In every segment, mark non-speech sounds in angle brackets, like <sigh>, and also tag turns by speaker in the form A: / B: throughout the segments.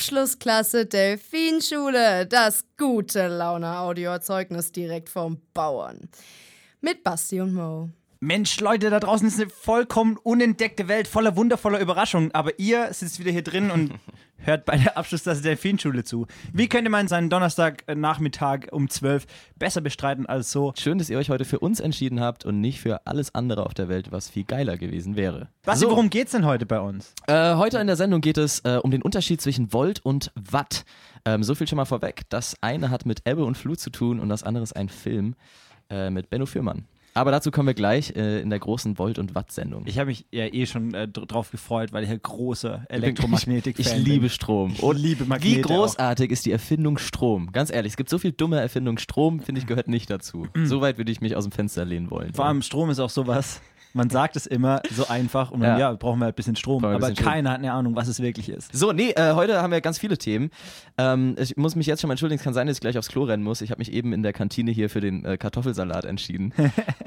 A: Abschlussklasse Delfinschule, das gute Laune-Audioerzeugnis direkt vom Bauern. Mit Basti und Mo.
B: Mensch, Leute, da draußen ist eine vollkommen unentdeckte Welt voller wundervoller Überraschungen. Aber ihr sitzt wieder hier drin <laughs> und hört bei der Abschlussklasse der Delfinschule zu. Wie könnte man seinen Donnerstagnachmittag um 12 besser bestreiten als so?
C: Schön, dass ihr euch heute für uns entschieden habt und nicht für alles andere auf der Welt, was viel geiler gewesen wäre.
B: Basti,
C: So.
B: worum geht's denn heute bei uns?
C: Äh, heute in der Sendung geht es äh, um den Unterschied zwischen Volt und Watt. Ähm, so viel schon mal vorweg. Das eine hat mit Ebbe und Flut zu tun und das andere ist ein Film äh, mit Benno Fürmann. Aber dazu kommen wir gleich äh, in der großen Volt- und Watt-Sendung.
B: Ich habe mich ja eh schon äh, dr- drauf gefreut, weil ich ja großer <laughs>
C: Ich,
B: Elektromagnetik
C: ich
B: bin. <laughs>
C: liebe Strom.
B: Ich liebe Magnete
C: Wie großartig ist die Erfindung Strom? Ganz ehrlich, es gibt so viel dumme Erfindung. Strom, finde ich, gehört nicht dazu. so weit würde ich mich aus dem Fenster lehnen wollen.
B: Mm. Vor allem Strom ist auch sowas. Man sagt es immer so einfach und ja,
C: Ja.
B: brauchen wir halt ein bisschen Strom.
C: Brauchen wir ein
B: aber
C: bisschen Strom.
B: keiner hat eine Ahnung, was es wirklich ist.
C: So, nee, äh, heute haben wir ganz viele Themen. Ähm, ich muss mich jetzt schon mal entschuldigen, es kann sein, dass ich gleich aufs Klo rennen muss. Ich habe mich eben in der Kantine hier für den äh,
B: <laughs>
C: Kartoffelsalat entschieden.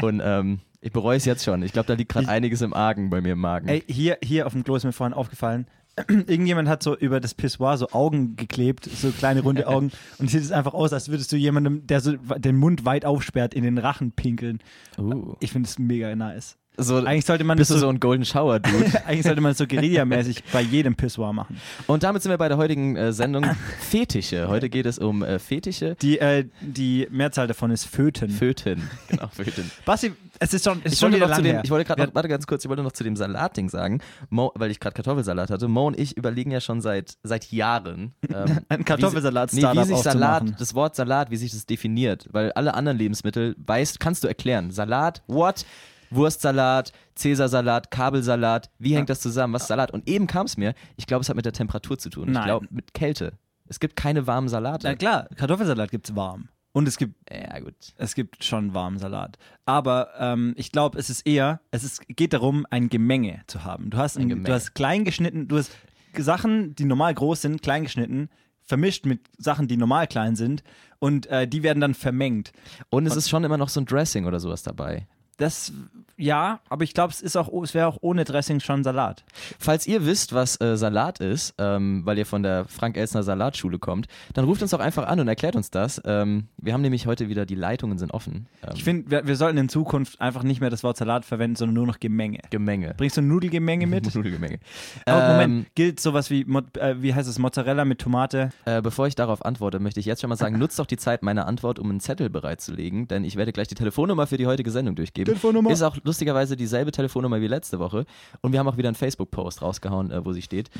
C: Und ähm, ich bereue es jetzt schon. Ich glaube, da liegt gerade einiges im Argen bei mir im Magen.
B: Ey, hier, hier auf dem Klo ist mir vorhin aufgefallen, <clears throat> irgendjemand hat so über das Pissoir so Augen geklebt, so kleine
C: <laughs>
B: runde Augen. und sieht es einfach aus, als würdest du jemandem, der so den Mund weit aufsperrt, in den Rachen pinkeln.
C: Uh.
B: Ich finde es mega nice.
C: So,
B: Eigentlich sollte man das
C: bist du
B: so,
C: so ein Golden Shower,
B: <laughs>
C: Dude.
B: eigentlich sollte man es so
C: <laughs>
B: guerillamäßig bei jedem Pissoir machen.
C: Und damit sind wir bei der heutigen äh, Sendung
B: Ah.
C: Fetische. Heute geht es um äh, Fetische.
B: Die, äh, die Mehrzahl davon ist Föten. <laughs>
C: Föten. Genau, Föten.
B: Basti, es ist schon, es ist
C: Ich
B: schon
C: wollte,
B: wieder
C: noch zu
B: lang
C: dem,
B: her.
C: ich wollte gerade
B: Wir-
C: noch, warte ganz kurz, ich wollte noch zu dem Salatding sagen, Mo, weil ich gerade Kartoffelsalat hatte. Mo und ich überlegen ja schon seit, seit Jahren. Ähm,
B: <laughs> Ein
C: wie, si-
B: Kartoffelsalat-Startup
C: nee, wie sich Salat,
B: aufzumachen.
C: das Wort Salat, wie sich das definiert, weil alle anderen Lebensmittel weißt, kannst du erklären. Salat, what? Wurstsalat, Cäsarsalat, Kabelsalat, wie hängt das zusammen? Was ist Salat? Und eben kam es mir, ich glaube, es hat mit der Temperatur zu tun.
B: Nein.
C: Ich glaube, mit Kälte. Es gibt keine warmen Salate.
B: Na klar, Kartoffelsalat gibt es warm. Und es gibt
C: ja, gut.
B: Es gibt schon warmen Salat. Aber ähm, ich glaube, es ist eher, es ist, geht darum, ein Gemenge zu haben. Du hast, ein,
C: Gemenge.
B: du hast klein geschnitten, du hast Sachen, die normal groß sind, klein geschnitten, vermischt mit Sachen, die normal klein sind und äh, die werden dann vermengt.
C: Und es ist schon immer noch so ein Dressing oder sowas dabei.
B: Das, ja, aber ich glaube, es ist auch, es wäre auch ohne Dressing schon Salat.
C: Falls ihr wisst, was äh, Salat ist, ähm, weil ihr von der Frank-Elsner Salatschule kommt, dann ruft uns doch einfach an und erklärt uns das. Ähm, wir haben nämlich heute wieder, die Leitungen sind offen. Ähm,
B: Ich finde, wir, wir sollten in Zukunft einfach nicht mehr das Wort Salat verwenden, sondern nur noch Gemenge.
C: Gemenge.
B: Bringst du ein <laughs> Nudelgemenge mit?
C: <laughs> Nudelgemenge.
B: Aber
C: Ähm,
B: Moment, gilt sowas wie, Mo äh, wie heißt es, Mozzarella mit Tomate?
C: Äh, bevor ich darauf antworte, möchte ich jetzt schon mal sagen, nutzt doch die Zeit meiner Antwort, um einen Zettel bereitzulegen, denn ich werde gleich die Telefonnummer für die heutige Sendung durchgeben.
B: Telefonnummer.
C: Ist auch lustigerweise dieselbe Telefonnummer wie letzte Woche. Und wir haben auch wieder einen Facebook-Post rausgehauen, äh, wo sie steht.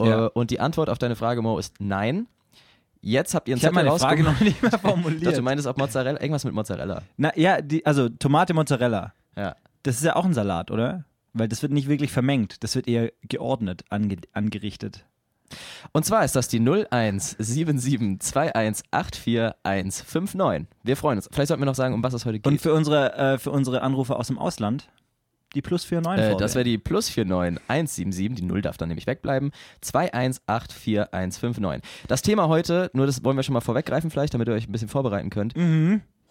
C: Äh,
B: Ja.
C: Und die Antwort auf deine Frage, Mo, ist nein. Jetzt habt ihr einen
B: Ich habe
C: Zettel
B: meine Frage
C: rausgehauen. <laughs>
B: noch nicht mehr
C: Ich dachte,
B: formuliert.
C: du meinst ob Mozzarella, irgendwas mit Mozzarella.
B: Na ja, die, also Tomate Mozzarella, <laughs>
C: Ja.
B: das ist ja auch ein Salat, oder? Weil das wird nicht wirklich vermengt, das wird eher geordnet ange angerichtet.
C: Und zwar ist das die 01772184159. Wir freuen uns. Vielleicht sollten wir noch sagen, um was es heute
B: Und
C: geht.
B: für unsere, äh, für unsere Anrufe aus dem Ausland, die plus 49
C: Äh,
B: äh,
C: das wäre die plus 49177, die 0 darf dann nämlich wegbleiben, 2184159. Das Thema heute, nur das wollen wir schon mal vorweggreifen vielleicht, damit ihr euch ein bisschen vorbereiten könnt,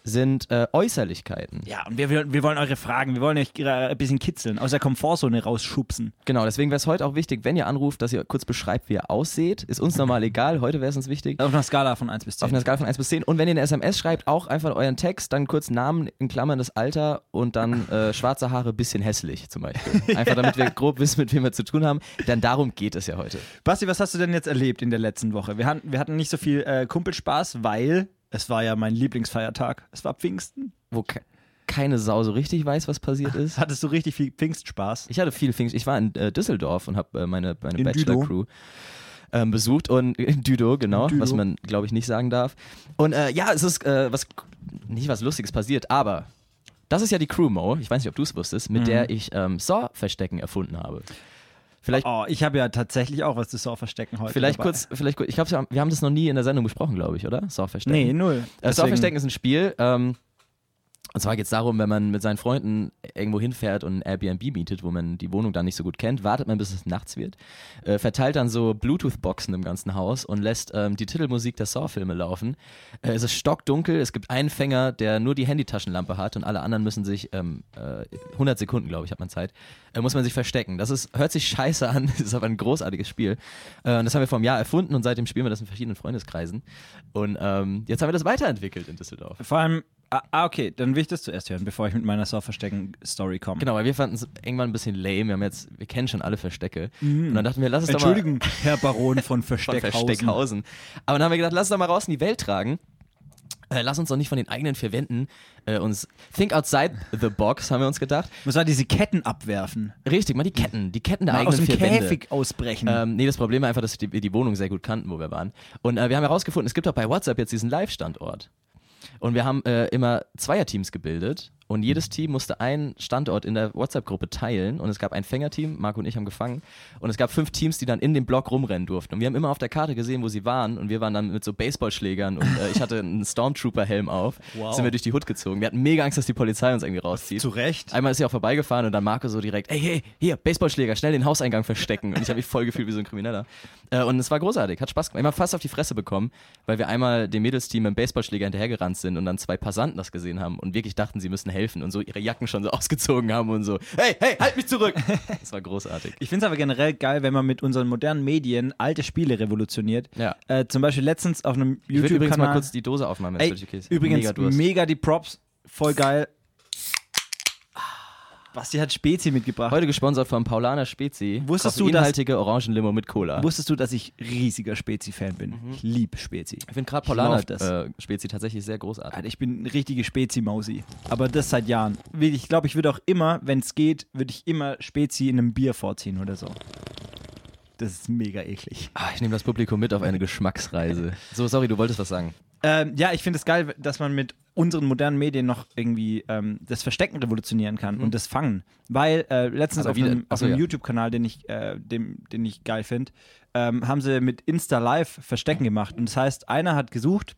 C: sind äh, Äußerlichkeiten.
B: Ja, und wir, wir wir wollen eure Fragen, wir wollen euch gra- ein bisschen kitzeln, aus der Komfortzone rausschubsen.
C: Genau, deswegen wäre es heute auch wichtig, wenn ihr anruft, dass ihr kurz beschreibt, wie ihr ausseht. Ist uns normal egal, heute wäre es uns wichtig.
B: Auf einer Skala von 1 bis 10.
C: Auf einer Skala von 1 bis 10. Und wenn ihr eine SMS schreibt, auch einfach euren Text, dann kurz Namen in Klammern das Alter und dann äh, schwarze Haare, bisschen hässlich zum Beispiel. Einfach damit wir grob wissen, mit wem wir zu tun haben. Denn darum geht es ja heute.
B: Basti, was hast du denn jetzt erlebt in der letzten Woche? Wir hatten, wir hatten nicht so viel äh, Kumpelspaß, weil es war ja mein Lieblingsfeiertag. Es war Pfingsten.
C: Wo ke keine Sau so richtig weiß, was
B: <laughs>
C: passiert ist.
B: Hattest du richtig viel Pfingstspaß?
C: Ich hatte viel Pfingst. Ich war in äh, Düsseldorf und habe äh, meine, meine
B: In
C: Bachelor-Crew ähm, besucht und <laughs> in Düdo, genau,
B: In Düdo.
C: was man, glaube ich, nicht sagen darf. Und äh, ja, es ist äh, was nicht was Lustiges passiert, aber das ist ja die Crew, Mo, ich weiß nicht, ob du es wusstest, mit
B: Mhm.
C: der ich ähm, Saw-Verstecken erfunden habe. Vielleicht,
B: Oh, ich habe ja tatsächlich auch was zu Saw verstecken heute.
C: vielleicht
B: dabei.
C: kurz, vielleicht kurz, ich glaube, wir haben das noch nie in der Sendung besprochen, glaube ich, oder? Saw-Verstecken.
B: Nee, null.
C: Äh, Saw-Verstecken ist ein Spiel, ähm, Und zwar geht es darum, wenn man mit seinen Freunden irgendwo hinfährt und ein Airbnb mietet, wo man die Wohnung dann nicht so gut kennt, wartet man, bis es nachts wird, äh, verteilt dann so Bluetooth-Boxen im ganzen Haus und lässt ähm, die Titelmusik der Saw-Filme laufen. Äh, es ist stockdunkel, es gibt einen Fänger, der nur die Handytaschenlampe hat und alle anderen müssen sich, ähm, äh, 100 Sekunden, glaube ich, hat man Zeit, äh, muss man sich verstecken. Das ist, hört sich scheiße an, <laughs> ist aber ein großartiges Spiel. Äh, und das haben wir vor einem Jahr erfunden und seitdem spielen wir das in verschiedenen Freundeskreisen. Und ähm, jetzt haben wir das weiterentwickelt in Düsseldorf.
B: Vor allem, ah, ah, okay, dann will ich das zuerst hören, bevor ich mit meiner Saw-Verstecken-Story komme.
C: Genau, weil wir fanden es irgendwann ein bisschen lame. Wir haben jetzt, wir kennen schon alle Verstecke. Und dann dachten wir, lass es doch mal.
B: Mhm. Entschuldigung, Herr Baron
C: <laughs>
B: von Versteckhausen.
C: Von Versteckhausen. Aber dann haben wir gedacht, lass es doch mal raus in die Welt tragen. Äh, lass uns doch nicht von den eigenen vier Wänden äh, uns. Think outside the box, haben wir uns gedacht.
B: Muss man halt diese Ketten abwerfen.
C: Richtig, mal die Ketten, die Ketten der
B: Mal
C: eigenen
B: aus dem
C: vier
B: Käfig
C: Wände.
B: ausbrechen.
C: Ähm, nee, das Problem war einfach, dass wir die, die Wohnung sehr gut kannten, wo wir waren. Und äh, wir haben herausgefunden, es gibt auch bei WhatsApp jetzt diesen Live-Standort. Und wir haben äh, immer Zweierteams gebildet und jedes Team musste einen Standort in der WhatsApp-Gruppe teilen. Und es gab ein Fängerteam, Marco und ich haben gefangen. Und es gab fünf Teams, die dann in dem Block rumrennen durften. Und wir haben immer auf der Karte gesehen, wo sie waren. Und wir waren dann mit so Baseballschlägern und äh, ich hatte einen Stormtrooper-Helm auf.
B: Wow.
C: Sind wir durch die Hut gezogen. Wir hatten mega Angst, dass die Polizei uns irgendwie rauszieht.
B: Zu Recht.
C: Einmal ist sie auch vorbeigefahren und dann Marco so direkt, ey, hey, hier, Baseballschläger, schnell den Hauseingang verstecken. Und ich habe mich voll gefühlt wie so ein Krimineller. Äh, und es war großartig, hat Spaß gemacht. Immer fast auf die Fresse bekommen, weil wir einmal dem Mädelsteam mit dem Baseballschläger hinterhergerannt sind und dann zwei Passanten das gesehen haben und wirklich dachten, sie müssen helfen und so ihre Jacken schon so <laughs> ausgezogen haben und so, hey, hey, halt
B: <laughs>
C: mich zurück. Das war großartig.
B: Ich finde es aber generell geil, wenn man mit unseren modernen Medien alte Spiele revolutioniert.
C: Ja.
B: Äh, zum Beispiel letztens auf einem
C: Ich würde übrigens mal
B: YouTube-Kanal.
C: kurz die Dose aufmachen, wenn es
B: Ey,
C: völlig okay ist.
B: übrigens,
C: mega
B: mega,
C: Durst.
B: die Props. Voll geil. Basti hat Spezi mitgebracht.
C: Ah. Heute gesponsert von Paulana Spezi.
B: Wusstest du, dass-
C: inhaltige Orangenlimo mit Cola.
B: Wusstest du, dass ich riesiger Spezi-Fan bin? Ich liebe Spezi.
C: Mhm. Ich finde gerade
B: Ich
C: Paulana
B: lauf das.
C: äh, Spezi tatsächlich sehr großartig.
B: Alter, ich bin eine richtige Spezi-Mausi. Aber das seit Jahren. Wirklich, Ich glaube, ich würde auch immer, wenn es geht, würde ich immer Spezi in einem Bier vorziehen oder so. Das ist mega eklig.
C: Ah, ich nehme das Publikum mit auf eine Geschmacksreise. So, sorry, du wolltest was sagen.
B: Ähm, ja, ich finde es geil, dass man mit unseren modernen Medien noch irgendwie ähm, das Verstecken revolutionieren kann
C: Mhm.
B: und das Fangen. Weil äh, letztens
C: Aber
B: auf
C: wie denn?
B: einem, auf
C: Achso,
B: einem
C: ja.
B: YouTube-Kanal, den ich, äh, dem, den ich geil finde, ähm, haben sie mit Insta Live Verstecken gemacht. Und das heißt, einer hat gesucht,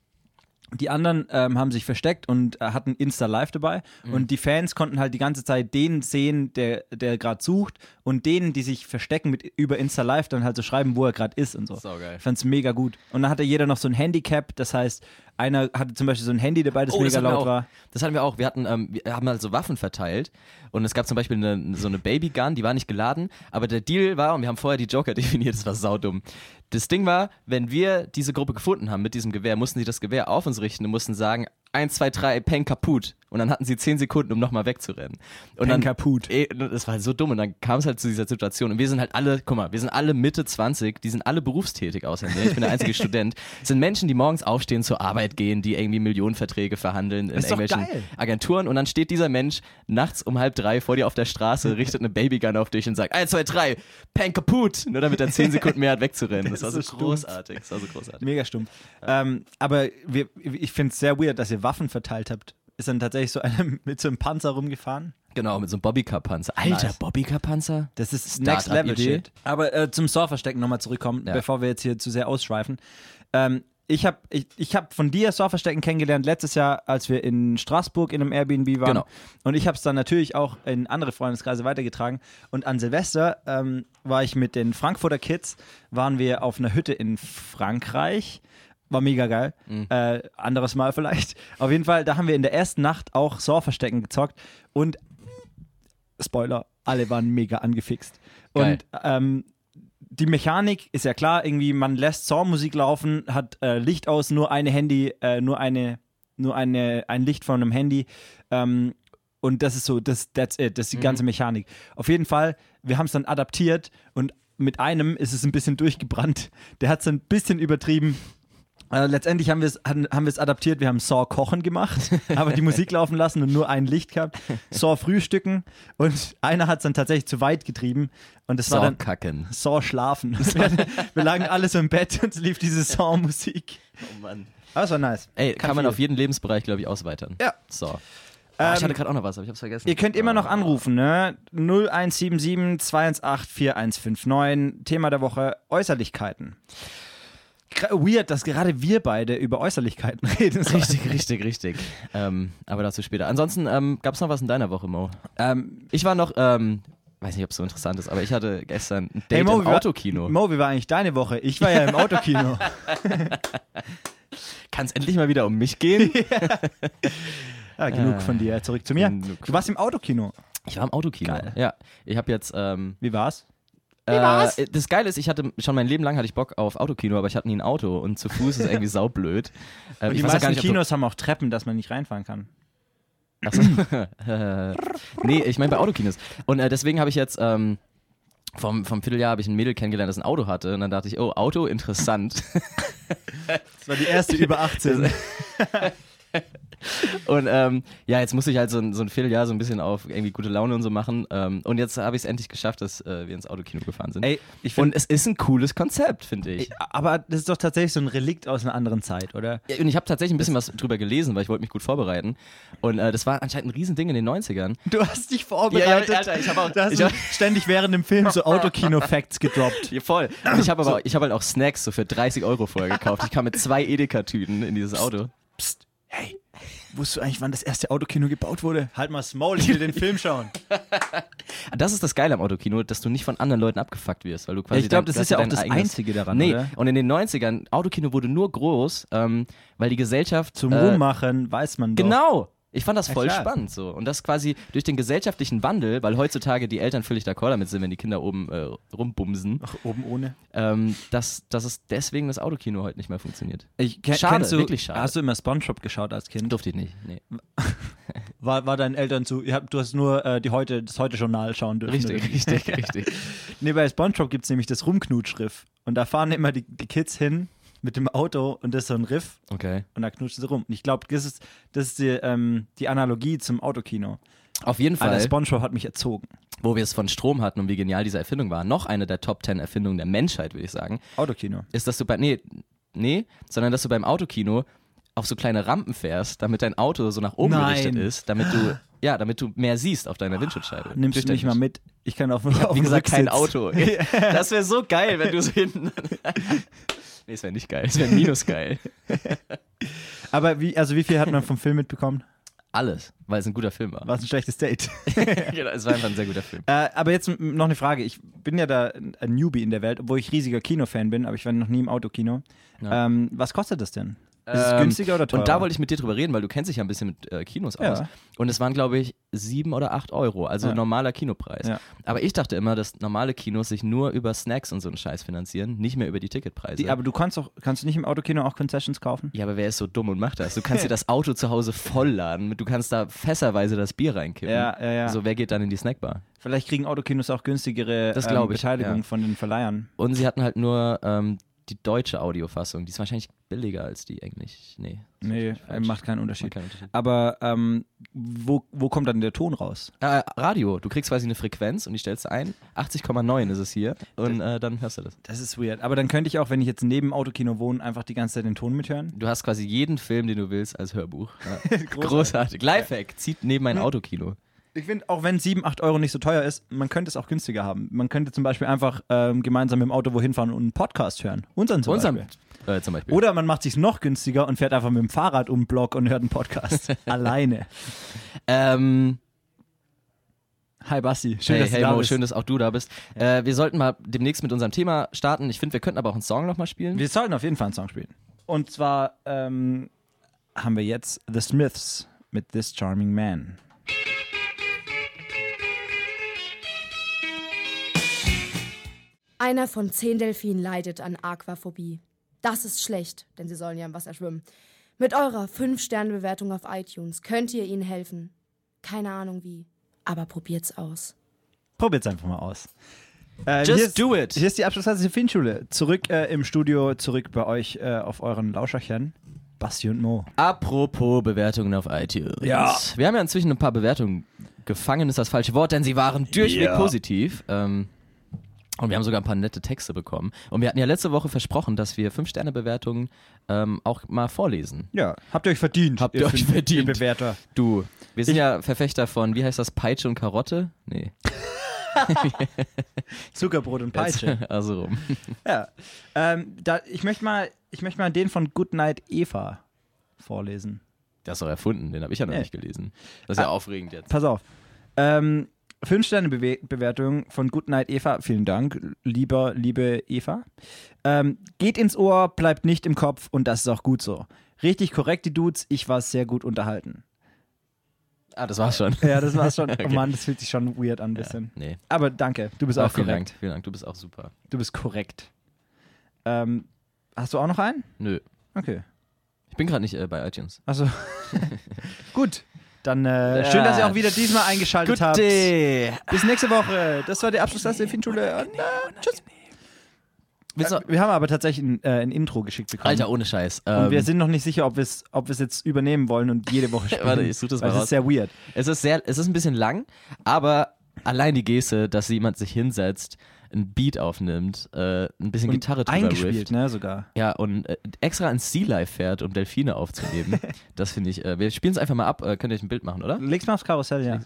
B: die anderen ähm, haben sich versteckt und äh, hatten Insta Live dabei.
C: Mhm.
B: Und die Fans konnten halt die ganze Zeit den sehen, der, der gerade sucht und denen, die sich verstecken mit über Insta Live, dann halt so schreiben, wo er gerade ist und so.
C: Saugeil.
B: Ich fand's mega gut. Und dann hatte jeder noch so ein Handicap, das heißt, einer hatte zum Beispiel so ein Handy dabei, das mega
C: hatten wir
B: laut
C: auch.
B: war.
C: Oh, Das hatten wir auch. Wir hatten, ähm, wir haben halt so Waffen verteilt und es gab zum Beispiel eine, so eine Babygun, die war nicht geladen, aber der Deal war, und wir haben vorher die Joker <laughs> definiert, das war saudumm. Das Ding war, wenn wir diese Gruppe gefunden haben mit diesem Gewehr, mussten sie das Gewehr auf uns richten und mussten sagen, 1, 2, 3, Peng kaputt. Und dann hatten sie 10 Sekunden, um nochmal wegzurennen. Und
B: Peng
C: dann,
B: kaputt.
C: Ey, das war so dumm und dann kam es halt zu dieser Situation und wir sind halt alle, guck mal, wir sind alle Mitte 20, die sind alle berufstätig außer mir, ich bin der einzige Student, Es sind Menschen, die morgens aufstehen, zur Arbeit gehen, die irgendwie Millionenverträge verhandeln in
B: Ist doch
C: irgendwelchen
B: geil.
C: Agenturen und dann steht dieser Mensch nachts um halb drei vor dir auf
B: <laughs>
C: der Straße, richtet eine Babygun auf dich und sagt, 1, 2, 3, Peng kaputt, nur damit er 10 Sekunden mehr
B: <laughs>
C: hat wegzurennen. Das,
B: Das
C: war
B: ist
C: so
B: so
C: großartig, das war so großartig.
B: Mega stumpf. Ähm, aber wir, ich find's sehr weird, dass ihr Waffen verteilt habt. Ist dann tatsächlich so einer <laughs> mit so einem Panzer rumgefahren?
C: Genau, mit so einem Bobbycar-Panzer. Alter,
B: Nice.
C: Bobbycar-Panzer?
B: Das ist
C: Startup
B: Next Level
C: Idee.
B: Shit. Aber äh, zum Saw-Verstecken nochmal zurückkommen,
C: Ja.
B: bevor wir jetzt hier zu sehr ausschweifen. Ähm, ich habe ich, ich hab von dir Saw-Verstecken kennengelernt letztes Jahr, als wir in Straßburg in einem Airbnb waren.
C: Genau.
B: Und ich habe es dann natürlich auch in andere Freundeskreise weitergetragen. Und an Silvester ähm, war ich mit den Frankfurter Kids, waren wir auf einer Hütte in Frankreich. War mega geil. Äh, anderes Mal vielleicht. Auf jeden Fall, da haben wir in der ersten Nacht auch Saw-Verstecken gezockt. Und Spoiler, alle waren mega angefixt.
C: Geil.
B: Und ähm, die Mechanik ist ja klar, irgendwie man lässt Saw-Musik laufen, hat äh, Licht aus, nur eine Handy, äh, nur eine, nur eine, ein Licht von einem Handy. Ähm, und das ist so, das, that's it, das ist die
C: Mhm.
B: ganze Mechanik. Auf jeden Fall, wir haben es dann adaptiert und mit einem ist es ein bisschen durchgebrannt. Der hat es ein bisschen übertrieben. Äh, letztendlich haben wir es hatten- haben wir's adaptiert. Wir haben Saw kochen
C: <laughs>
B: gemacht, aber die Musik laufen lassen und nur ein Licht gehabt. Saw frühstücken und einer hat es dann tatsächlich zu weit getrieben und das war dann
C: Saw-Kacken.
B: Saw schlafen. <laughs> Wir, wir lagen alle so im Bett und es lief diese Saw-Musik.
C: Oh Mann.
B: Aber es war nice.
C: Ey, kann, man
B: viel.
C: auf jeden Lebensbereich, glaube ich, ausweitern.
B: Ja.
C: So. Ah, ich
B: Ähm,
C: hatte gerade auch noch was, aber ich hab's vergessen.
B: Ihr könnt immer noch
C: Ah.
B: anrufen, ne? 0177 218 4159. Thema der Woche: Äußerlichkeiten. gra- weird, dass gerade wir beide über Äußerlichkeiten <laughs> reden. So.
C: <laughs> Richtig, richtig, richtig. Ähm, aber dazu später. Ansonsten ähm, gab es noch was in deiner Woche, Mo?
B: Ähm,
C: Ich war noch, ähm, weiß nicht, ob es so interessant ist, aber ich hatte gestern ein Date
B: hey Mo,
C: im
B: wie war-
C: Autokino.
B: Mo, wie war eigentlich deine Woche? Ich war ja
C: <laughs>
B: im Autokino.
C: Kann es endlich mal wieder um
B: <laughs>
C: mich gehen?
B: ja, genug von dir, zurück zu mir.
C: genug.
B: Du warst im Autokino.
C: Ich war im Autokino.
B: Geil.
C: Ja, ich habe jetzt. Ähm,
B: Wie war's?
C: äh,
A: war's?
C: das Geile ist, ich hatte schon mein Leben lang hatte ich Bock auf Autokino, aber ich hatte nie ein Auto und zu Fuß ist
B: <laughs>
C: irgendwie saublöd. Ähm,
B: Und
C: ich
B: die
C: weiß auch
B: meisten
C: gar nicht, ob du-
B: Kinos haben auch Treppen, dass man nicht reinfahren kann.
C: Achso. äh, <laughs> nee, ich meine bei Autokinos. Und äh, deswegen habe ich jetzt ähm, vom, vom Vierteljahr habe ich ein Mädel kennengelernt, das ein Auto hatte. Und dann dachte ich, oh, Auto, interessant.
B: Das war die <laughs> erste über 18.
C: <laughs> Und ähm, ja, jetzt muss ich halt so ein, so ein Vierteljahr so ein bisschen auf irgendwie gute Laune und so machen. Ähm, und jetzt habe ich es endlich geschafft, dass äh, wir ins Autokino gefahren sind.
B: Ey, ich
C: und
B: finde.
C: es ist ein cooles Konzept, finde ich.
B: Aber das ist doch tatsächlich so ein Relikt aus einer anderen Zeit, oder?
C: Ja, Und ich habe tatsächlich ein bisschen was drüber gelesen, weil ich wollte mich gut vorbereiten. Und äh, das war anscheinend ein Riesending in den 90ern.
B: Du hast dich
C: Ja, ja, Alter, ich habe auch.
B: Du hast
C: ich hab,
B: ständig während dem Film
C: <laughs>
B: so Autokino-Facts gedroppt.
C: ja, voll. Und ich habe aber ich hab halt auch Snacks so für 30 Euro vorher gekauft. Ich kam mit zwei Edeka-Tüten in dieses Auto.
B: Psst, hey, wusstest du eigentlich, wann das erste Autokino gebaut wurde? Halt mal das Maul, ich will den Film schauen.
C: Das ist das Geile am Autokino, dass du nicht von anderen Leuten abgefuckt wirst, weil du quasi
B: Ich glaube,
C: dein-
B: das ist
C: dass
B: <laughs>
C: du
B: ja auch
C: dein
B: das
C: eigenes-
B: Einzige daran,
C: Nee,
B: oder?
C: und in den 90ern, Autokino wurde nur groß, ähm, weil die Gesellschaft.
B: Zum
C: äh,
B: Ruhm machen weiß man doch.
C: Genau. Ich fand das voll
B: klar.
C: spannend so. Und das quasi durch den gesellschaftlichen Wandel, weil heutzutage die Eltern völlig d'accord damit sind, wenn die Kinder oben äh,
B: <laughs>
C: rumbumsen,
B: Ach, oben ohne.
C: ähm, dass, dass es deswegen das Autokino heute nicht mehr funktioniert.
B: Ich,
C: Schade,
B: kennst du,
C: wirklich schade.
B: Hast du immer Spongebob geschaut als Kind?
C: Durfte ich nicht.
B: <laughs>
C: Nee.
B: War, war deinen Eltern zu, ihr habt- du hast nur äh, die heute, das Heute-Journal schauen dürfen.
C: Richtig,
B: oder wie?
C: richtig, <laughs> richtig.
B: Nee, bei Spongebob gibt es nämlich das Rumknutschriff. Und da fahren immer die, die Kids hin mit dem Auto und das ist so ein Riff
C: Okay.
B: und da knutschen sie rum. Und ich glaube, das ist, das ist die, ähm, die Analogie zum Autokino.
C: Auf jeden Fall,
B: Alter, Spongebob hat mich erzogen.
C: wo wir es von Strom hatten und wie genial diese Erfindung war, noch eine der Top 10 Erfindungen der Menschheit, würde ich sagen,
B: Autokino.
C: ist, dass du bei, nee, nee, sondern dass du beim Autokino auf so kleine Rampen fährst, damit dein Auto so nach oben
B: Nein.
C: gerichtet ist, damit
B: <gasps>
C: du, ja, damit du mehr siehst auf deiner Windschutzscheibe.
B: Nimmst du mich mal mit? Ich kann auf, auf
C: Wie
B: dem
C: gesagt, kein
B: Rücksitz. <laughs>
C: Auto. Das wäre so geil, wenn du so hinten. <laughs> nee, es wäre nicht geil. Es wäre minus geil.
B: Aber wie, also wie viel hat man vom Film mitbekommen?
C: Alles, weil es ein
B: <laughs>
C: guter Film war.
B: War es ein schlechtes
C: <laughs>
B: Date?
C: Genau, es war einfach ein sehr guter Film.
B: Äh, aber jetzt m- noch eine Frage. Ich bin ja da ein Newbie in der Welt, obwohl ich riesiger Kinofan bin, aber ich war noch nie im Autokino.
C: Ja.
B: Ähm, was kostet das denn? Ist es
C: Ähm,
B: günstiger oder teurer?
C: Und da wollte ich mit dir drüber reden, weil du kennst dich ja ein bisschen mit äh, Kinos
B: Ja.
C: aus. Und es waren, glaube ich, sieben oder acht Euro, also
B: Ja.
C: normaler Kinopreis.
B: Ja.
C: Aber ich dachte immer, dass normale Kinos sich nur über Snacks und so einen Scheiß finanzieren, nicht mehr über die Ticketpreise.
B: Die, aber du kannst doch, kannst du nicht im Autokino auch Concessions kaufen?
C: ja, aber wer ist so dumm und macht das? Du kannst
B: <laughs>
C: dir das Auto zu Hause vollladen, du kannst da fässerweise das Bier reinkippen.
B: Ja, ja, ja.
C: So, wer geht dann in die Snackbar?
B: Vielleicht kriegen Autokinos auch günstigere
C: Das
B: ähm,
C: glaub ich,
B: Beteiligung
C: ja.
B: von den Verleihern.
C: Und sie hatten halt nur ähm, die deutsche Audiofassung. Die ist wahrscheinlich billiger als die englisch. Nee. das ist
B: Nee,
C: wahrscheinlich falsch.
B: macht keinen
C: Macht
B: Unterschied.
C: keinen Unterschied.
B: Aber ähm, wo, wo kommt dann der Ton raus?
C: Äh, Radio, du kriegst quasi eine Frequenz und die stellst du ein. 80,9 ist es hier und äh, dann hörst du das.
B: Das ist weird. Aber dann könnte ich auch, wenn ich jetzt neben dem Autokino wohne, einfach die ganze Zeit den Ton mithören.
C: Du hast quasi jeden Film, den du willst, als Hörbuch.
B: <laughs> Großartig.
C: Großartig. Lifehack zieht neben ein Autokino.
B: Ich finde, auch wenn 7, 8 Euro nicht so teuer ist, man könnte es auch günstiger haben. Man könnte zum Beispiel einfach ähm, gemeinsam im Auto wohin fahren und einen Podcast hören. Unseren zum
C: Unserem
B: Beispiel.
C: äh, zum Beispiel.
B: Oder man macht sich noch günstiger und fährt einfach mit dem Fahrrad um den Block und hört einen <laughs> Podcast. Alleine.
C: ähm,
B: Hi Basti, schön,
C: hey,
B: dass
C: hey
B: du da
C: Mo,
B: bist.
C: schön, dass auch du da bist. Äh, wir sollten mal demnächst mit unserem Thema starten. Ich finde, wir könnten aber auch einen Song nochmal spielen.
B: Wir sollten auf jeden Fall einen Song spielen. Und zwar ähm, haben wir jetzt The Smiths mit This Charming Man.
A: Einer von zehn Delfinen leidet an Aquaphobie. Das ist schlecht, denn sie sollen ja im Wasser schwimmen. Mit eurer 5-Sterne-Bewertung auf iTunes könnt ihr ihnen helfen. Keine Ahnung wie, aber probiert's aus.
B: Probiert's einfach mal aus. Äh,
C: Just
B: hier ist,
C: do it.
B: Hier ist die Abschlussklasse der Filmschule. Zurück äh, im Studio, zurück bei euch äh, auf euren Lauscherchen. Basti und Mo.
C: Apropos Bewertungen auf iTunes.
B: Ja.
C: Wir haben ja inzwischen ein paar Bewertungen. Gefangen ist das falsche Wort, denn sie waren durchweg
B: Ja.
C: positiv. Ähm, und wir haben sogar ein paar nette Texte bekommen. Und wir hatten ja letzte Woche versprochen, dass wir Fünf-Sterne-Bewertungen ähm, auch mal vorlesen.
B: Ja, habt ihr euch verdient.
C: Habt ihr euch
B: Fünf-
C: verdient.
B: Ihr Bewerter.
C: Du, wir sind
B: Ich-
C: ja Verfechter von, wie heißt das, Peitsche und Karotte? Nee.
B: Zuckerbrot und
C: Jetzt,
B: Peitsche.
C: <laughs> also rum.
B: <laughs> Ja. Ähm, da, ich, möchte mal, ich möchte mal den von Goodnight Eva vorlesen.
C: Der ist doch erfunden, den habe ich ja noch
B: Nee. Ah.
C: nicht gelesen. Das ist ja aufregend jetzt.
B: Pass auf. Ähm, fünf Sterne Bewe- Bewertung von Goodnight Eva. Vielen Dank, lieber, liebe Eva. Ähm, geht ins Ohr, bleibt nicht im Kopf und das ist auch gut so. Richtig korrekt, die Dudes. Ich war sehr gut unterhalten.
C: Ah, das war's schon.
B: Ja, das war's <laughs> schon. Oh Mann, das fühlt sich schon weird an ein bisschen.
C: Nee.
B: Aber danke, du bist
C: Ah,
B: auch
C: vielen
B: korrekt.
C: Dank, vielen Dank, du bist auch super.
B: Du bist korrekt. Ähm, hast du auch noch einen?
C: Nö.
B: Okay.
C: Ich bin gerade nicht äh, bei iTunes.
B: Also <laughs> gut. Dann äh,
C: Ja.
B: schön, dass ihr auch wieder diesmal eingeschaltet habt.
C: day.
B: Bis nächste Woche. Das war der Abschluss der Finschule. Und, äh, tschüss.
C: Willst du-
B: Äh, Wir haben aber tatsächlich ein, äh, ein Intro geschickt bekommen.
C: Alter, ohne Scheiß.
B: und
C: Ähm,
B: wir sind noch nicht sicher, ob wir es ob wir's jetzt übernehmen wollen und jede
C: <laughs>
B: Woche spielen.
C: Warte, ich such das
B: Weil
C: mal
B: Es
C: raus.
B: ist sehr weird.
C: es, ist sehr, es ist ein bisschen lang, aber allein die Geste, dass jemand sich hinsetzt, ein Beat aufnimmt, äh, ein bisschen Gitarre drüber
B: eingespielt,
C: rifft.
B: ne, sogar.
C: Ja, und äh, extra ins Sea Life fährt, um Delfine aufzunehmen.
B: <laughs>
C: das finde ich. Äh, wir spielen es einfach mal ab. Äh, könnt ihr euch ein Bild machen, oder?
B: Leg's mal aufs Karussell, ja.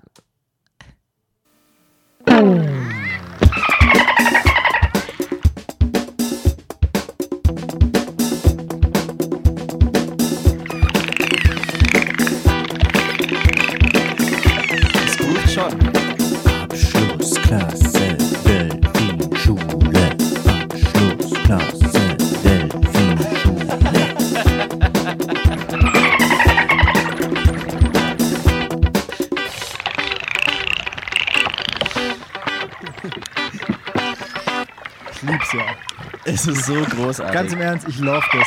C: Das groovt schon.
D: Abschlussklasse Delfinschule. Abschlussklasse Delfinschule.
B: Ich lieb's ja.
C: Es ist so großartig.
B: Ganz im Ernst, ich love das.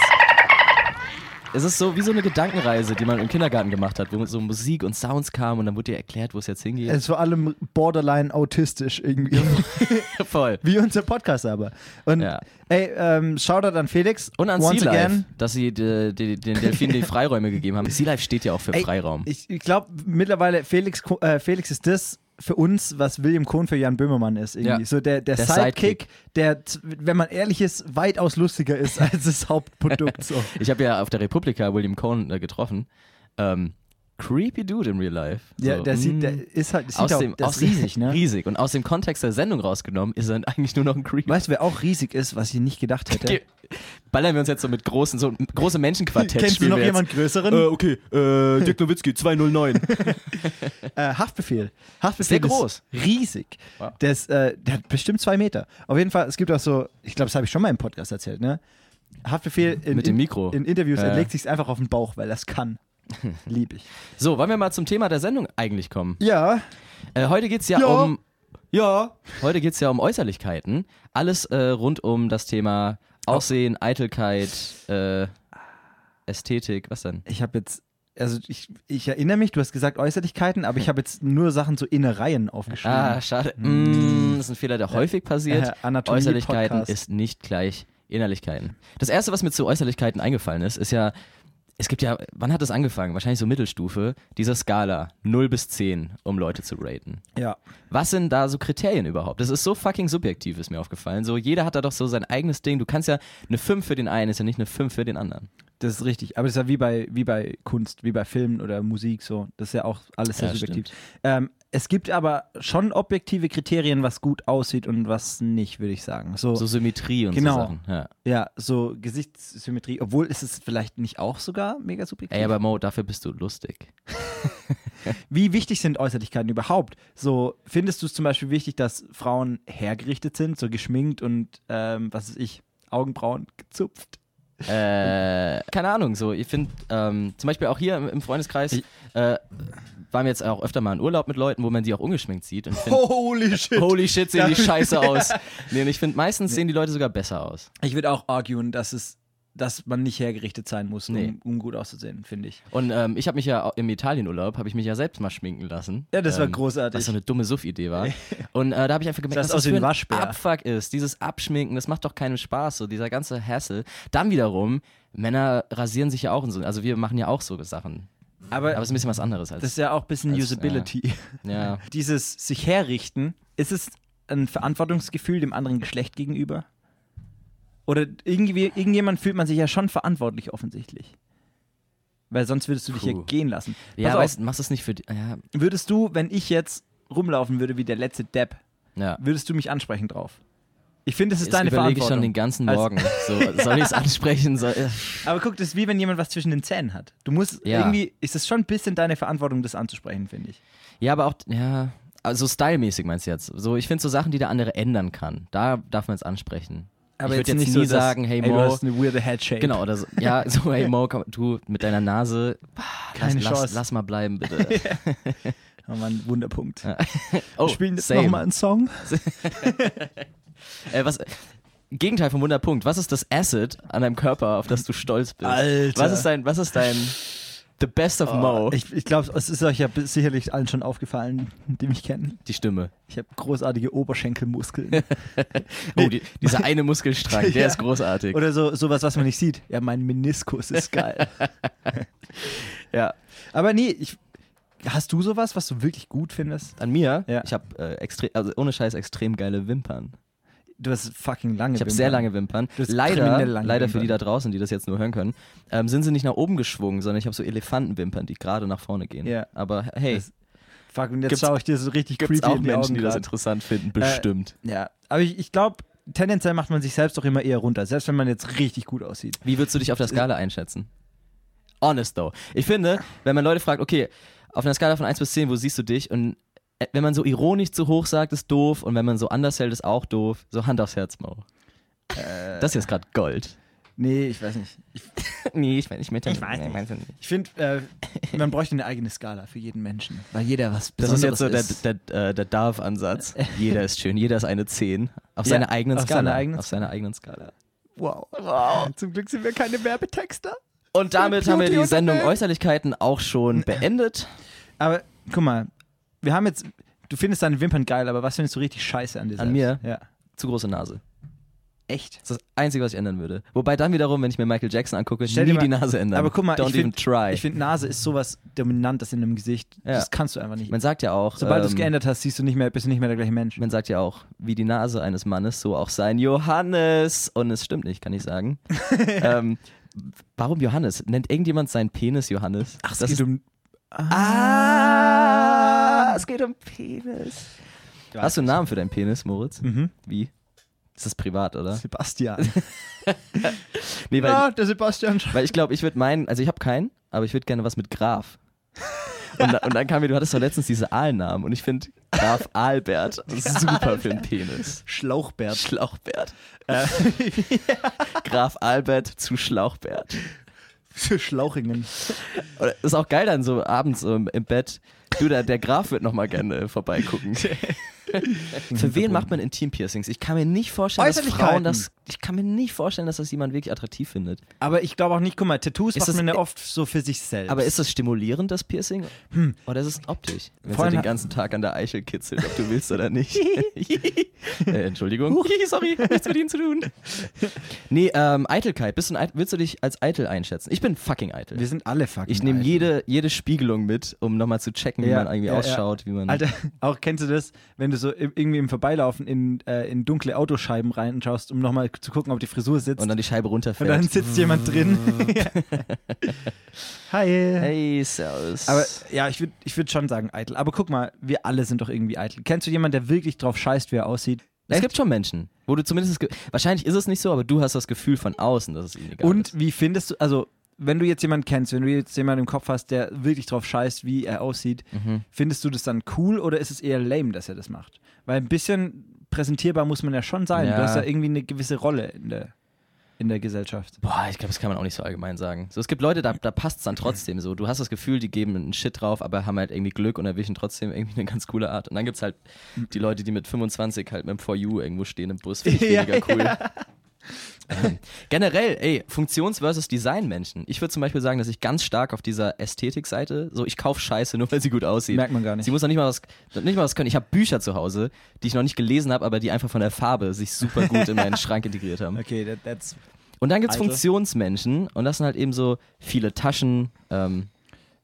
C: Es ist so wie so eine Gedankenreise, die man im Kindergarten gemacht hat, wo so Musik und Sounds kamen und dann wurde dir erklärt, wo es jetzt hingeht.
B: Es ist vor allem borderline autistisch irgendwie. <laughs> Äh,
C: <laughs> Voll.
B: Wie unser Podcast aber. Und
C: Ja.
B: ey, ähm, Shoutout an Felix.
C: Und an
B: Once
C: Sea Life,
B: again.
C: dass sie die, die, den Delfinen die Freiräume gegeben haben. Sea Life steht ja auch für
B: Ey,
C: Freiraum.
B: Ich, ich glaube mittlerweile, Felix, Ko- äh, Felix ist das für uns, was William Kohn für Jan Böhmermann ist. Irgendwie.
C: Ja.
B: So der, der,
C: Der
B: Sidekick,
C: Sidekick.
B: der, z- wenn man ehrlich ist, weitaus lustiger
C: <laughs>
B: ist als das Hauptprodukt. So.
C: Ich habe ja auf der Republika William Cohn äh, getroffen. Ähm, creepy Dude in real life. So,
B: Ja, der,
C: mm.
B: sieht, der ist halt sieht
C: aus
B: auch,
C: dem,
B: der
C: aus
B: ist riesig, ne?
C: Riesig. Und aus dem Kontext der Sendung rausgenommen, ist er eigentlich nur noch ein Creep.
B: Weißt du, wer auch riesig ist, was ich nicht gedacht hätte?
C: <laughs> Ge- Ballern wir uns jetzt so mit großen, so große Menschenquartett.
B: Kennst du
C: spielen
B: noch
C: wir jetzt.
B: jemand Größeren?
C: Äh, okay, äh, Dirk Nowitzki, <laughs> 209.
B: <laughs> Äh, Haftbefehl. Haftbefehl
C: Sehr groß.
B: Ist riesig.
C: Wow.
B: Der, ist, äh, der hat bestimmt zwei Meter. Auf jeden Fall, es gibt auch so, ich glaube, das habe ich schon mal im Podcast erzählt, ne? Haftbefehl in,
C: Mit dem
B: in-
C: Mikro.
B: in Interviews,
C: Ja.
B: er legt sich einfach auf den Bauch, weil das
C: <laughs>
B: kann. Lieb ich.
C: So, wollen wir mal zum Thema der Sendung eigentlich kommen?
B: Ja,
C: Äh, heute geht's ja,
B: Ja.
C: um
B: ja.
C: heute geht's ja um Äußerlichkeiten. Alles äh, rund um das Thema
B: Oh.
C: Aussehen, Eitelkeit, äh, Ästhetik, was denn?
B: Ich habe jetzt, also ich, ich erinnere mich, du hast gesagt Äußerlichkeiten, aber
C: <laughs>
B: ich habe jetzt nur Sachen so Innereien aufgeschrieben.
C: Ah, schade. Mm, das ist ein Fehler, der häufig passiert.
B: Hm. Äh, Anatomie-
C: Äußerlichkeiten
B: Podcast.
C: ist nicht gleich Innerlichkeiten. Das erste, was mir zu Äußerlichkeiten eingefallen ist, ist ja, es gibt ja, wann hat das angefangen? Wahrscheinlich so Mittelstufe, diese Skala 0 bis 10, um Leute zu raten.
B: ja.
C: Was sind da so Kriterien überhaupt? Das ist so fucking subjektiv, ist mir aufgefallen. So, jeder hat da doch so sein eigenes Ding. Du kannst ja eine 5 für den einen, ist ja nicht eine 5 für den anderen.
B: Das ist richtig. Aber das ist ja wie bei, wie bei Kunst, wie bei Filmen oder Musik so. Das ist ja auch alles sehr
C: Ja,
B: subjektiv. Ähm, es gibt aber schon objektive Kriterien, was gut aussieht und was nicht, würde ich sagen. So,
C: So Symmetrie und
B: Genau.
C: so Sachen. Ja.
B: ja, so Gesichtssymmetrie, obwohl ist es vielleicht nicht auch sogar mega subjektiv.
C: Ey, aber Mo, dafür bist du lustig.
B: wie wichtig sind Äußerlichkeiten überhaupt? So, findest du es zum Beispiel wichtig, dass Frauen hergerichtet sind, so geschminkt und ähm, was weiß ich, Augenbrauen gezupft?
C: äh, keine Ahnung, so, ich finde, ähm, zum Beispiel auch hier im, im Freundeskreis,
B: Ich-
C: äh, waren wir jetzt auch öfter mal in Urlaub mit Leuten, wo man die auch ungeschminkt sieht. Und ich find,
B: Holy shit!
C: holy shit, sehen die
B: Oh, <laughs> Ja.
C: scheiße aus. Nee, und ich finde, meistens sehen die Leute sogar besser aus.
B: Ich würde auch arguen, dass es dass man nicht hergerichtet sein muss,
C: Nee.
B: um, um gut auszusehen, finde ich.
C: Und ähm, ich habe mich ja au- im Italienurlaub, habe ich mich ja selbst mal schminken lassen.
B: Ja, das war
C: ähm,
B: großartig.
C: Was so eine dumme Suff-Idee war. Und äh, da habe ich einfach gemerkt,
B: Das
C: was
B: sah
C: das
B: aus wie
C: für
B: ein
C: ein
B: Waschbär.
C: Abfuck ist. Dieses Abschminken, das macht doch keinen Spaß, so dieser ganze Hassel. Dann wiederum, Männer rasieren sich ja auch und so. Also wir machen ja auch so Sachen.
B: Aber,
C: Aber es ist ein bisschen was anderes als.
B: das ist ja auch ein bisschen
C: als,
B: Usability.
C: ja.
B: <laughs> Dieses sich herrichten, ist es ein Verantwortungsgefühl dem anderen Geschlecht gegenüber? Oder irgendwie, irgendjemand fühlt man sich ja schon verantwortlich offensichtlich. Weil sonst würdest du dich
C: Puh.
B: hier gehen lassen.
C: Ja,
B: Pass auf,
C: weißt, machst du es nicht für die. Ja,
B: würdest du, wenn ich jetzt rumlaufen würde wie der letzte Depp,
C: Ja.
B: würdest du mich ansprechen drauf? Ich finde, das ist
C: Das
B: deine
C: überlege ich schon
B: Verantwortung. Also
C: den ganzen
B: Als-
C: Morgen. So, soll ich
B: <laughs>
C: es ansprechen? Soll, äh,
B: Aber guck, das ist wie wenn jemand was zwischen den Zähnen hat. Du musst
C: Ja.
B: irgendwie, ist es schon ein bisschen deine Verantwortung, das anzusprechen, finde ich.
C: ja, aber auch, ja, also stylemäßig meinst du jetzt. So, ich finde so Sachen, die der andere ändern kann, da darf man es ansprechen. ich würde jetzt nie
B: dass-
C: sagen, hey
B: ey, du
C: Mo,
B: hast eine weirde Headshape.
C: Genau, oder so. Ja,
B: <laughs>
C: so, hey Mo, komm, du mit deiner Nase, bah,
B: Keine
C: lass, lass,
B: Chance.
C: lass mal
B: <laughs>
C: bleiben, bitte.
B: Oh Mann, Wunderpunkt.
C: Oh,
B: Wir spielen jetzt
C: same.
B: nochmal einen Song.
C: Äh, was, Gegenteil vom Wunderpunkt. Was ist das Acid an deinem Körper, auf das du stolz bist?
B: Alter. Oh,
C: Was ist dein, was ist dein The Best of Mo?
B: Ich, ich glaube, es ist euch ja b- sicherlich allen schon aufgefallen, die mich kennen.
C: die Stimme.
B: Ich habe großartige
C: <laughs>
B: Oberschenkelmuskeln.
C: Oh, die, dieser eine Muskelstrang,
B: <laughs>
C: der
B: Ja.
C: ist großartig.
B: Oder so, sowas, was man nicht sieht. Ja, mein Meniskus
C: <laughs>
B: ist geil.
C: ja.
B: Aber nee, ich, hast du sowas, was du wirklich gut findest?
C: An mir,
B: Ja.
C: ich habe äh, extrem, also ohne Scheiß extrem geile Wimpern.
B: Du hast fucking lange
C: Ich habe
B: Wimpern.
C: sehr lange Wimpern.
B: hast
C: Leider,
B: kriminell lange
C: leider für die da
B: Wimpern.
C: draußen, die das jetzt nur hören können, ähm, sind sie nicht nach oben geschwungen, sondern ich habe so Elefantenwimpern, die gerade nach vorne gehen.
B: Ja.
C: Aber hey,
B: Das- Fuck, und jetzt
C: Gibt's-
B: schaue ich dir so richtig
C: gibt es
B: creepy
C: auch
B: in die
C: Menschen,
B: Augen Äh,
C: die das
B: grad.
C: interessant finden, bestimmt.
B: Ja, aber ich, ich glaube, tendenziell macht man sich selbst doch immer eher runter, selbst wenn man jetzt richtig gut aussieht.
C: Wie würdest du dich auf der Skala einschätzen? Honest though. Ich finde, wenn man Leute fragt, okay, auf einer Skala von 1 bis 10, wo siehst du dich? Und äh, wenn man so ironisch zu hoch sagt, ist doof. Und wenn man so anders hält, ist auch doof. So Hand aufs Herz, Mo. das hier ist gerade Gold.
B: Nee, ich weiß nicht. Ich,
C: <laughs> nee, ich meine, ich meinte ich
B: weiß nicht.
C: meinte nicht.
B: ich finde, äh, man bräuchte eine eigene Skala für jeden Menschen, weil jeder was
C: Das
B: Besonderes
C: ist jetzt so der, der, äh, der <laughs> Darf-Ansatz. Jeder ist schön, jeder ist eine 10. Auf
B: Ja,
C: seiner eigenen
B: auf
C: Skala.
B: seiner eigenen
C: auf seiner eigenen Skala.
B: Wow. wow. Zum Glück sind wir keine Werbetexter.
C: Und damit haben wir die
B: Beauty
C: Sendung
B: unterwegs.
C: Äußerlichkeiten auch <laughs> schon beendet.
B: Aber guck mal, wir haben jetzt. Du findest deine Wimpern geil, aber was findest du richtig scheiße an dir
C: An
B: selbst?
C: mir?
B: Ja.
C: Zu große Nase.
B: Echt?
C: Das ist das Einzige, was ich ändern würde. Wobei dann wiederum, wenn ich mir Michael Jackson angucke,
B: Stell dir
C: nie
B: mal-
C: die Nase ändern.
B: Aber guck mal,
C: Don't
B: ich
C: even
B: find-
C: try.
B: Ich finde, Nase ist sowas Dominantes in einem Gesicht.
C: Ja.
B: Das kannst du einfach nicht.
C: man sagt ja auch,
B: Sobald du es
C: ähm,
B: geändert hast, siehst du nicht mehr, bist du nicht mehr der gleiche Mensch.
C: man sagt ja auch, wie die Nase eines Mannes, so auch sein Johannes. Und es stimmt nicht, kann
B: <laughs>
C: ich sagen. ähm, warum Johannes? Nennt irgendjemand seinen Penis Johannes? Ach, das ist,
B: um.
C: ah, es geht um Penis. Hast du einen Namen für deinen Penis, Moritz?
B: Mhm.
C: Wie? Ist das privat,
B: <laughs>
C: oder?
B: Sebastian.
C: Nee, weil,
B: der Sebastian. <laughs>
C: Weil ich glaube, ich würde meinen, also ich habe keinen, aber ich würde gerne was mit Graf. Und, da, und dann kam mir, du hattest doch letztens diese Aalnamen und ich finde Graf Aalbert super für einen Penis.
B: Schlauchbärt.
C: Schlauchbert. Äh, <laughs> Graf Albert zu Schlauchbert.
B: Schlauchingen.
C: Und ist auch geil dann so abends ähm, im Bett. Du, der, der Graf wird nochmal gerne vorbeigucken. Für wen macht man Intim-Piercings? Ich kann mir nicht vorstellen, dass Frauen
B: Äußerlichkeiten.
C: das. Ich kann mir nicht vorstellen, dass das jemand wirklich attraktiv findet.
B: Aber ich glaube auch nicht, guck mal, Tattoos
C: Ist
B: macht
C: das-
B: man ja oft so für sich selbst.
C: Aber ist das stimulierend, das Piercing?
B: Hm.
C: Oder ist es optisch? Wenn es halt
B: Vorhin
C: den
B: hat-
C: ganzen Tag an der Eichel kitzelt, ob du willst
B: <laughs>
C: oder nicht. <laughs> äh, Entschuldigung. Sorry, nichts mit Ihnen zu tun. <laughs> Nee, ähm, Eitelkeit. Bist du ein Eitel, willst du dich als eitel einschätzen? Ich bin fucking eitel.
B: Wir sind alle fucking.
C: Ich nehme
B: alt.
C: jede, jede Spiegelung mit, um nochmal zu checken, wie
B: Ja,
C: man irgendwie
B: ja, ja.
C: ausschaut, wie man.
B: Alter, auch kennst du das, wenn du so i- irgendwie im Vorbeilaufen in, äh, in dunkle Autoscheiben reinschaust, um nochmal zu gucken, ob die Frisur sitzt.
C: Und dann die Scheibe
B: Und dann
C: runterfällt.
B: sitzt jemand <laughs> drin. Ja. Hi.
C: Hey, servus.
B: Aber ja, ich würde ich würd schon sagen eitel. Aber guck mal, wir alle sind doch irgendwie eitel. Kennst du jemanden, der wirklich drauf scheißt, wie er aussieht?
C: es gibt schon Menschen, wo du zumindest. das Ge- Wahrscheinlich ist es nicht so, aber du hast das Gefühl von außen, dass es ihnen egal ist.
B: Und wie findest du, also wenn du jetzt jemanden kennst, wenn du jetzt jemanden im Kopf hast, der wirklich drauf scheißt, wie er aussieht,
C: Mhm.
B: findest du das dann cool oder ist es eher lame, dass er das macht? Weil ein bisschen präsentierbar muss man ja schon sein.
C: Ja.
B: Du hast ja irgendwie eine gewisse Rolle in der, in der Gesellschaft.
C: Boah, ich glaube, das kann man auch nicht so allgemein sagen. So, es gibt Leute, da, da passt es dann trotzdem so. Du hast das Gefühl, die geben einen Shit drauf, aber haben halt irgendwie Glück und erwischen trotzdem irgendwie eine ganz coole Art. Und dann gibt es halt die Leute, die mit 25 halt mit dem For You irgendwo stehen im
B: <laughs>
C: Bus. Finde ich
B: Ja,
C: weniger cool. Ähm, Generell, ey, Funktions- versus Design-Menschen. Ich würde zum Beispiel sagen, dass ich ganz stark auf dieser Ästhetik-Seite, so ich kaufe Scheiße, nur weil sie gut aussieht.
B: Merkt man gar nicht.
C: Sie muss noch nicht mal was, noch nicht mal was können. Ich habe Bücher zu Hause, die ich noch nicht gelesen habe, aber die einfach von der Farbe sich super gut
B: <laughs>
C: in meinen Schrank integriert haben.
B: Okay, that, that's.
C: Und dann gibt es
B: Alte.
C: Funktionsmenschen und das sind halt eben so viele Taschen, ähm,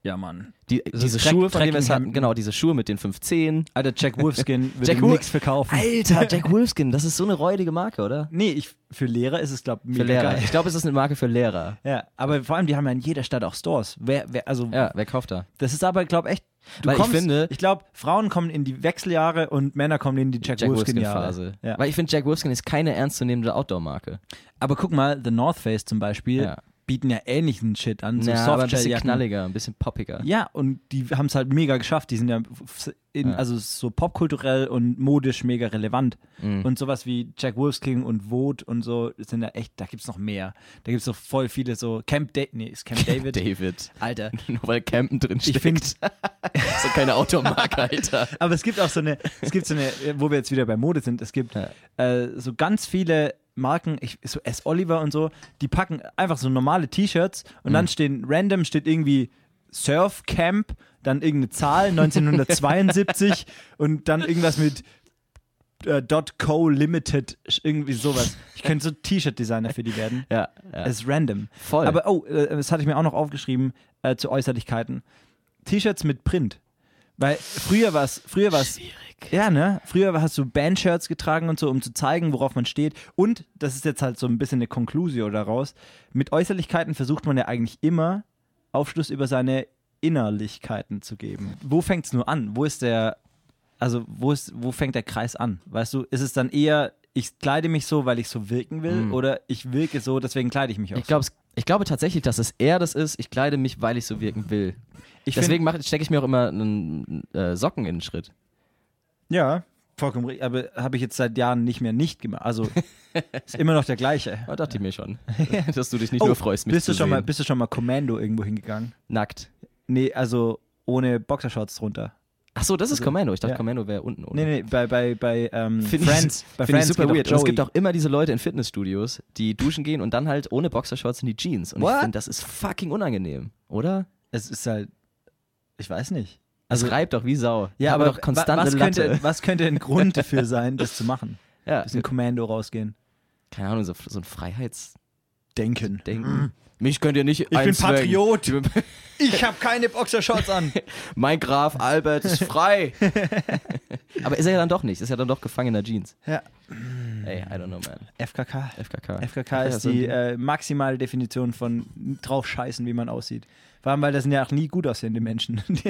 B: Ja, Mann.
C: die,
B: Also
C: diese
B: Trek-
C: Schuhe, von denen wir es hatten,
B: Trekkinghemden.
C: genau, diese Schuhe mit den 15.
B: Alter, Jack Wolfskin
C: <laughs>
B: würde
C: Jack
B: Jack
C: Wolf-
B: nichts verkaufen.
C: <laughs> Alter, Jack Wolfskin, das ist so eine räudige Marke, oder?
B: Nee, ich, für Lehrer ist es, glaube ich,
C: Für
B: mega
C: Lehrer.
B: geil.
C: Ich glaube, es ist eine Marke für Lehrer.
B: Ja, aber vor allem, die haben ja in jeder Stadt auch Stores. Wer, wer, also,
C: Ja, wer kauft da?
B: Das ist aber, glaube ich, echt Du
C: Weil ich
B: kommst,
C: finde-
B: ich glaube, Frauen kommen in die Wechseljahre und Männer kommen in die Jack,
C: Jack
B: Wolfskin-Jahre.
C: Wolfskin-Phase.
B: Ja.
C: Weil ich finde, Jack Wolfskin ist keine ernstzunehmende Outdoor-Marke.
B: Aber guck mal, The North Face zum Beispiel
C: Ja.
B: bieten ja ähnlichen Shit an, so
C: Na, aber ein bisschen
B: Softshell-Jacken.
C: knalliger, ein bisschen poppiger.
B: Ja, und die haben es halt mega geschafft. Die sind ja, f- in,
C: Ja.
B: also so popkulturell und modisch mega relevant.
C: Mhm.
B: Und sowas wie Jack Wolfskin und Vogue und so sind ja echt, da gibt's noch mehr. Da gibt's noch voll viele so Camp David. Nee, ist Camp David.
C: <laughs> David.
B: <laughs>
C: <laughs>
B: Alter.
C: Nur weil Campen drin steckt. <laughs>
B: Ich finde,
C: so keine Outdoor-Marke, <laughs> Alter.
B: aber es gibt auch so eine, es gibt so eine, wo wir jetzt wieder bei Mode sind, es gibt
C: Ja.
B: äh, so ganz viele Marken, ich, so S. Oliver und so, die packen einfach so normale T-Shirts und
C: Mhm.
B: dann stehen random, steht irgendwie Surf Camp, dann irgendeine Zahl,
C: <laughs>
B: 1972 und dann irgendwas mit äh, .co Limited, irgendwie sowas. Ich könnte so T-Shirt-Designer für die werden.
C: Ja, ja.
B: Es ist random.
C: voll.
B: Aber oh, äh, das hatte ich mir auch noch aufgeschrieben äh, zu Äußerlichkeiten. T-Shirts mit Print. Weil früher war es, früher war es, ja, ne? Früher hast du Bandshirts getragen und so, um zu zeigen, worauf man steht. Und das ist jetzt halt so ein bisschen eine Conclusio daraus. Mit Äußerlichkeiten versucht man ja eigentlich immer Aufschluss über seine Innerlichkeiten zu geben. Wo fängt es nur an? Wo ist der, also wo ist, wo fängt der Kreis an? Weißt du, ist es dann eher, ich kleide mich so, weil ich so wirken will,
C: Mhm.
B: oder ich wirke so, deswegen kleide ich mich auch
C: ich, glaub's, ich glaube tatsächlich, dass es eher das ist, ich kleide mich, weil ich so wirken will.
B: Ich
C: Deswegen stecke ich mir auch immer einen äh, Socken in den Schritt.
B: Ja, vollkommen richtig. Aber habe ich jetzt seit Jahren nicht mehr nicht gemacht.
C: <laughs>
B: Also ist immer noch der gleiche.
C: Da Ah, dachte ich
B: <laughs>
C: mir schon, dass du dich nicht nur freust, mich
B: Oh, bist,
C: zu
B: du schon
C: sehen.
B: mal, bist du schon mal Kommando irgendwo hingegangen?
C: Nackt.
B: Nee, also ohne Boxershorts drunter.
C: Ach so, das ist Commando. Ich dachte,
B: Also, ja.
C: Commando wäre unten. Oder?
B: Nee, nee, bei, bei, bei ähm,
C: Find <laughs>
B: Friends.
C: Ich,
B: bei
C: find
B: Friends
C: ich super
B: geht auch
C: weird. Und es
B: Joey.
C: gibt auch immer diese Leute in Fitnessstudios, die duschen gehen und dann halt ohne Boxershorts in die Jeans. Und ich
B: What?
C: finde, das ist fucking unangenehm, oder?
B: Es ist halt. Ich weiß nicht.
C: Also, es reibt doch wie Sau. Ich
B: Ja,
C: habe
B: aber
C: doch
B: wa-
C: konstante
B: was,
C: Latte.
B: könnte, was könnte ein
C: <laughs>
B: Grund dafür sein, das zu machen?
C: Ja,
B: Bisschen Kommando rausgehen.
C: keine Ahnung, so, so ein Freiheitsdenken.
B: Denken.
C: Mich könnt ihr nicht Ich
B: Ich habe keine Boxershorts an.
C: <laughs> Mein Graf Albert
B: <laughs>
C: ist frei. Aber ist er ja dann doch nicht. Ist ja dann doch gefangener Jeans.
B: Ja.
C: Ey, I don't know, man.
B: FKK.
C: FKK.
B: FKK ist
C: so ein
B: die
C: Ding.
B: äh, maximale Definition von draufscheißen, wie man aussieht. Vor allem, weil das sind ja auch nie gut aussehende Menschen. <laughs> Die-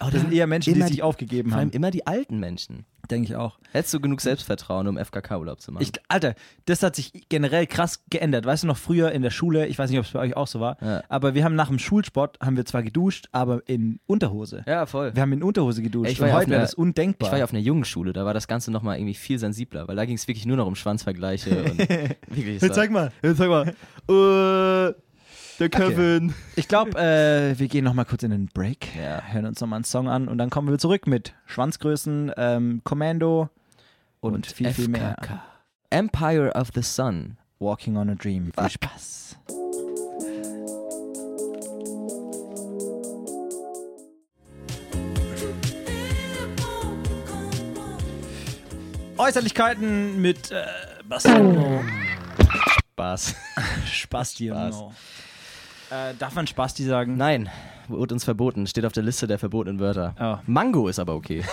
C: Oh,
B: das sind eher Menschen, die
C: immer
B: sich aufgegeben
C: Vor allem
B: haben.
C: immer die alten Menschen.
B: Denke ich auch.
C: Hättest du genug Selbstvertrauen, um FKK-Urlaub zu machen?
B: Ich, Alter, das hat sich generell krass geändert. Weißt du noch, früher in der Schule, ich weiß nicht, ob es bei euch auch so war,
C: Ja.
B: aber wir haben nach dem Schulsport, haben wir zwar geduscht, aber in Unterhose.
C: ja, voll.
B: Wir haben in Unterhose geduscht.
C: Ey, ich war
B: und
C: ja auf
B: heute wäre
C: einer-
B: das undenkbar.
C: Ich war ja auf einer jungen Schule, da war das Ganze nochmal irgendwie viel sensibler, weil da ging es wirklich nur noch um Schwanzvergleiche
B: <laughs>
C: und wirklich. es war-
B: mal, zeig
C: <laughs>
B: mal. äh,
C: der Kevin.
B: Ich glaube, äh, wir gehen nochmal kurz in den Break,
C: Ja.
B: hören uns nochmal einen Song an und dann kommen wir zurück mit Schwanzgrößen, ähm, Kommando und,
C: Und
B: viel, viel mehr.
C: FKK. Empire of the Sun.
B: Walking on a Dream. Viel Spaß. Äußerlichkeiten mit äh, Bastian.
C: Spaß.
B: <laughs> Spastian.
C: Spaß.
B: Äh, darf man Spasti sagen?
C: Nein, wurde uns verboten. Steht auf der Liste der verbotenen Wörter.
B: Oh.
C: Mango ist
B: <laughs>
C: aber okay.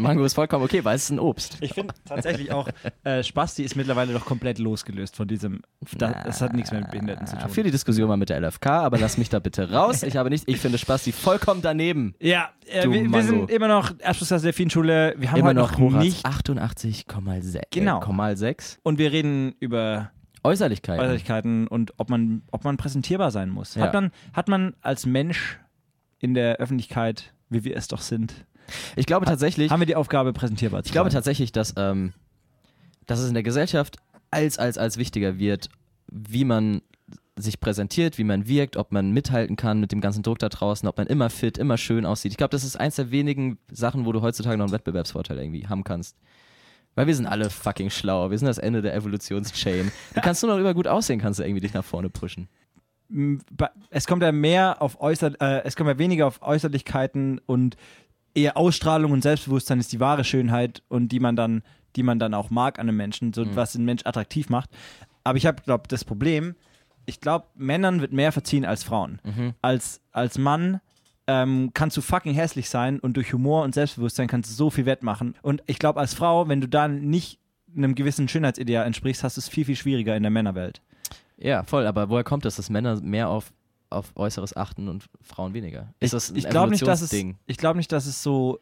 C: Mango ist vollkommen okay, weil es ist ein Obst.
B: Ich finde tatsächlich auch, äh, Spasti ist mittlerweile doch komplett losgelöst von diesem. Da, das hat nichts mehr mit Behinderten zu
C: Ah, Für
B: tun.
C: die Diskussion mal mit der LFK, aber lass mich da bitte raus. Ich habe nicht, ich finde Spasti vollkommen daneben.
B: Ja, äh,
C: Du
B: wir, wir
C: Mango.
B: sind immer noch Abschlussklasse Delfinschule. Wir haben
C: Immer
B: heute
C: noch
B: noch,
C: Horaz
B: nicht.
C: 88,6.
B: Genau.
C: Äh, Kommal sechs.
B: Und wir reden über
C: Äußerlichkeiten.
B: Äußerlichkeiten und ob man, ob man präsentierbar sein muss.
C: Ja.
B: Hat, man, hat man als Mensch in der Öffentlichkeit, wie wir es doch sind,
C: Ich glaube tatsächlich,
B: haben wir die Aufgabe, präsentierbar zu
C: ich glaube
B: sein?
C: tatsächlich, dass, ähm, dass es in der Gesellschaft als, als, als wichtiger wird, wie man sich präsentiert, wie man wirkt, ob man mithalten kann mit dem ganzen Druck da draußen, ob man immer fit, immer schön aussieht. Ich glaube, das ist eins der wenigen Sachen, wo du heutzutage noch einen Wettbewerbsvorteil irgendwie haben kannst. Weil wir sind alle fucking schlau. Wir sind das Ende der Evolutionschain. Du kannst nur noch über gut aussehen, kannst du irgendwie dich nach vorne pushen.
B: M, ba- Es kommt ja mehr auf Äußer äh, es kommt ja weniger auf Äußerlichkeiten und eher Ausstrahlung und Selbstbewusstsein ist die wahre Schönheit und die man dann, die man dann auch mag an einem Menschen, so was den Mensch attraktiv macht. Aber ich habe, glaube das Problem, ich glaube, Männern wird mehr verziehen als Frauen. Als, als Mann ähm, kannst du fucking hässlich sein und durch Humor und Selbstbewusstsein kannst du so viel wettmachen. Und ich glaube, als Frau, wenn du dann nicht einem gewissen Schönheitsideal entsprichst, hast du es viel, viel schwieriger in der Männerwelt.
C: Ja, voll, aber woher kommt das, dass Männer mehr auf auf Äußeres achten und Frauen weniger? Ist das ein
B: ich glaube nicht, dass es,
C: Evolutionsding?
B: ich glaube nicht, dass es so.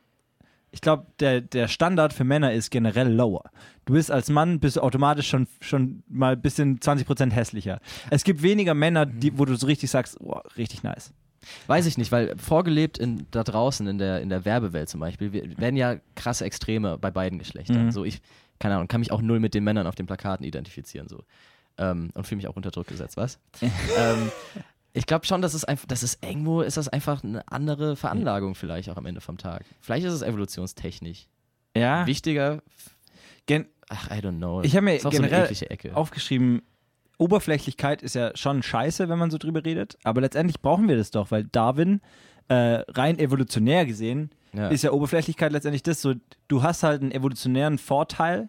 B: Ich glaube, der, der Standard für Männer ist generell lower. Du bist als Mann bist du automatisch schon, schon mal ein bisschen 20% hässlicher. Es gibt weniger Männer, die, wo du so richtig sagst, boah, richtig nice.
C: Weiß ich nicht, weil vorgelebt in, da draußen in der, in der Werbewelt zum Beispiel wir- werden ja krasse Extreme bei beiden Geschlechtern.
B: Mhm.
C: So ich, keine Ahnung, kann mich auch null mit den Männern auf den Plakaten identifizieren so ähm, und fühle mich auch unter Druck gesetzt, was? ähm, ich glaube schon, dass es einfach, das ist irgendwo, ist das einfach eine andere Veranlagung vielleicht auch am Ende vom Tag. Vielleicht ist es evolutionstechnisch Ah.
B: Ja.
C: wichtiger.
B: Gen
C: Ach, I don't know.
B: Ich hab mir
C: ist auch so
B: generell
C: eine eklige Ecke.
B: aufgeschrieben, Oberflächlichkeit ist ja schon scheiße, wenn man so drüber redet, aber letztendlich brauchen wir das doch, weil Darwin, äh, rein evolutionär gesehen,
C: Ja.
B: ist ja Oberflächlichkeit letztendlich das so, du hast halt einen evolutionären Vorteil,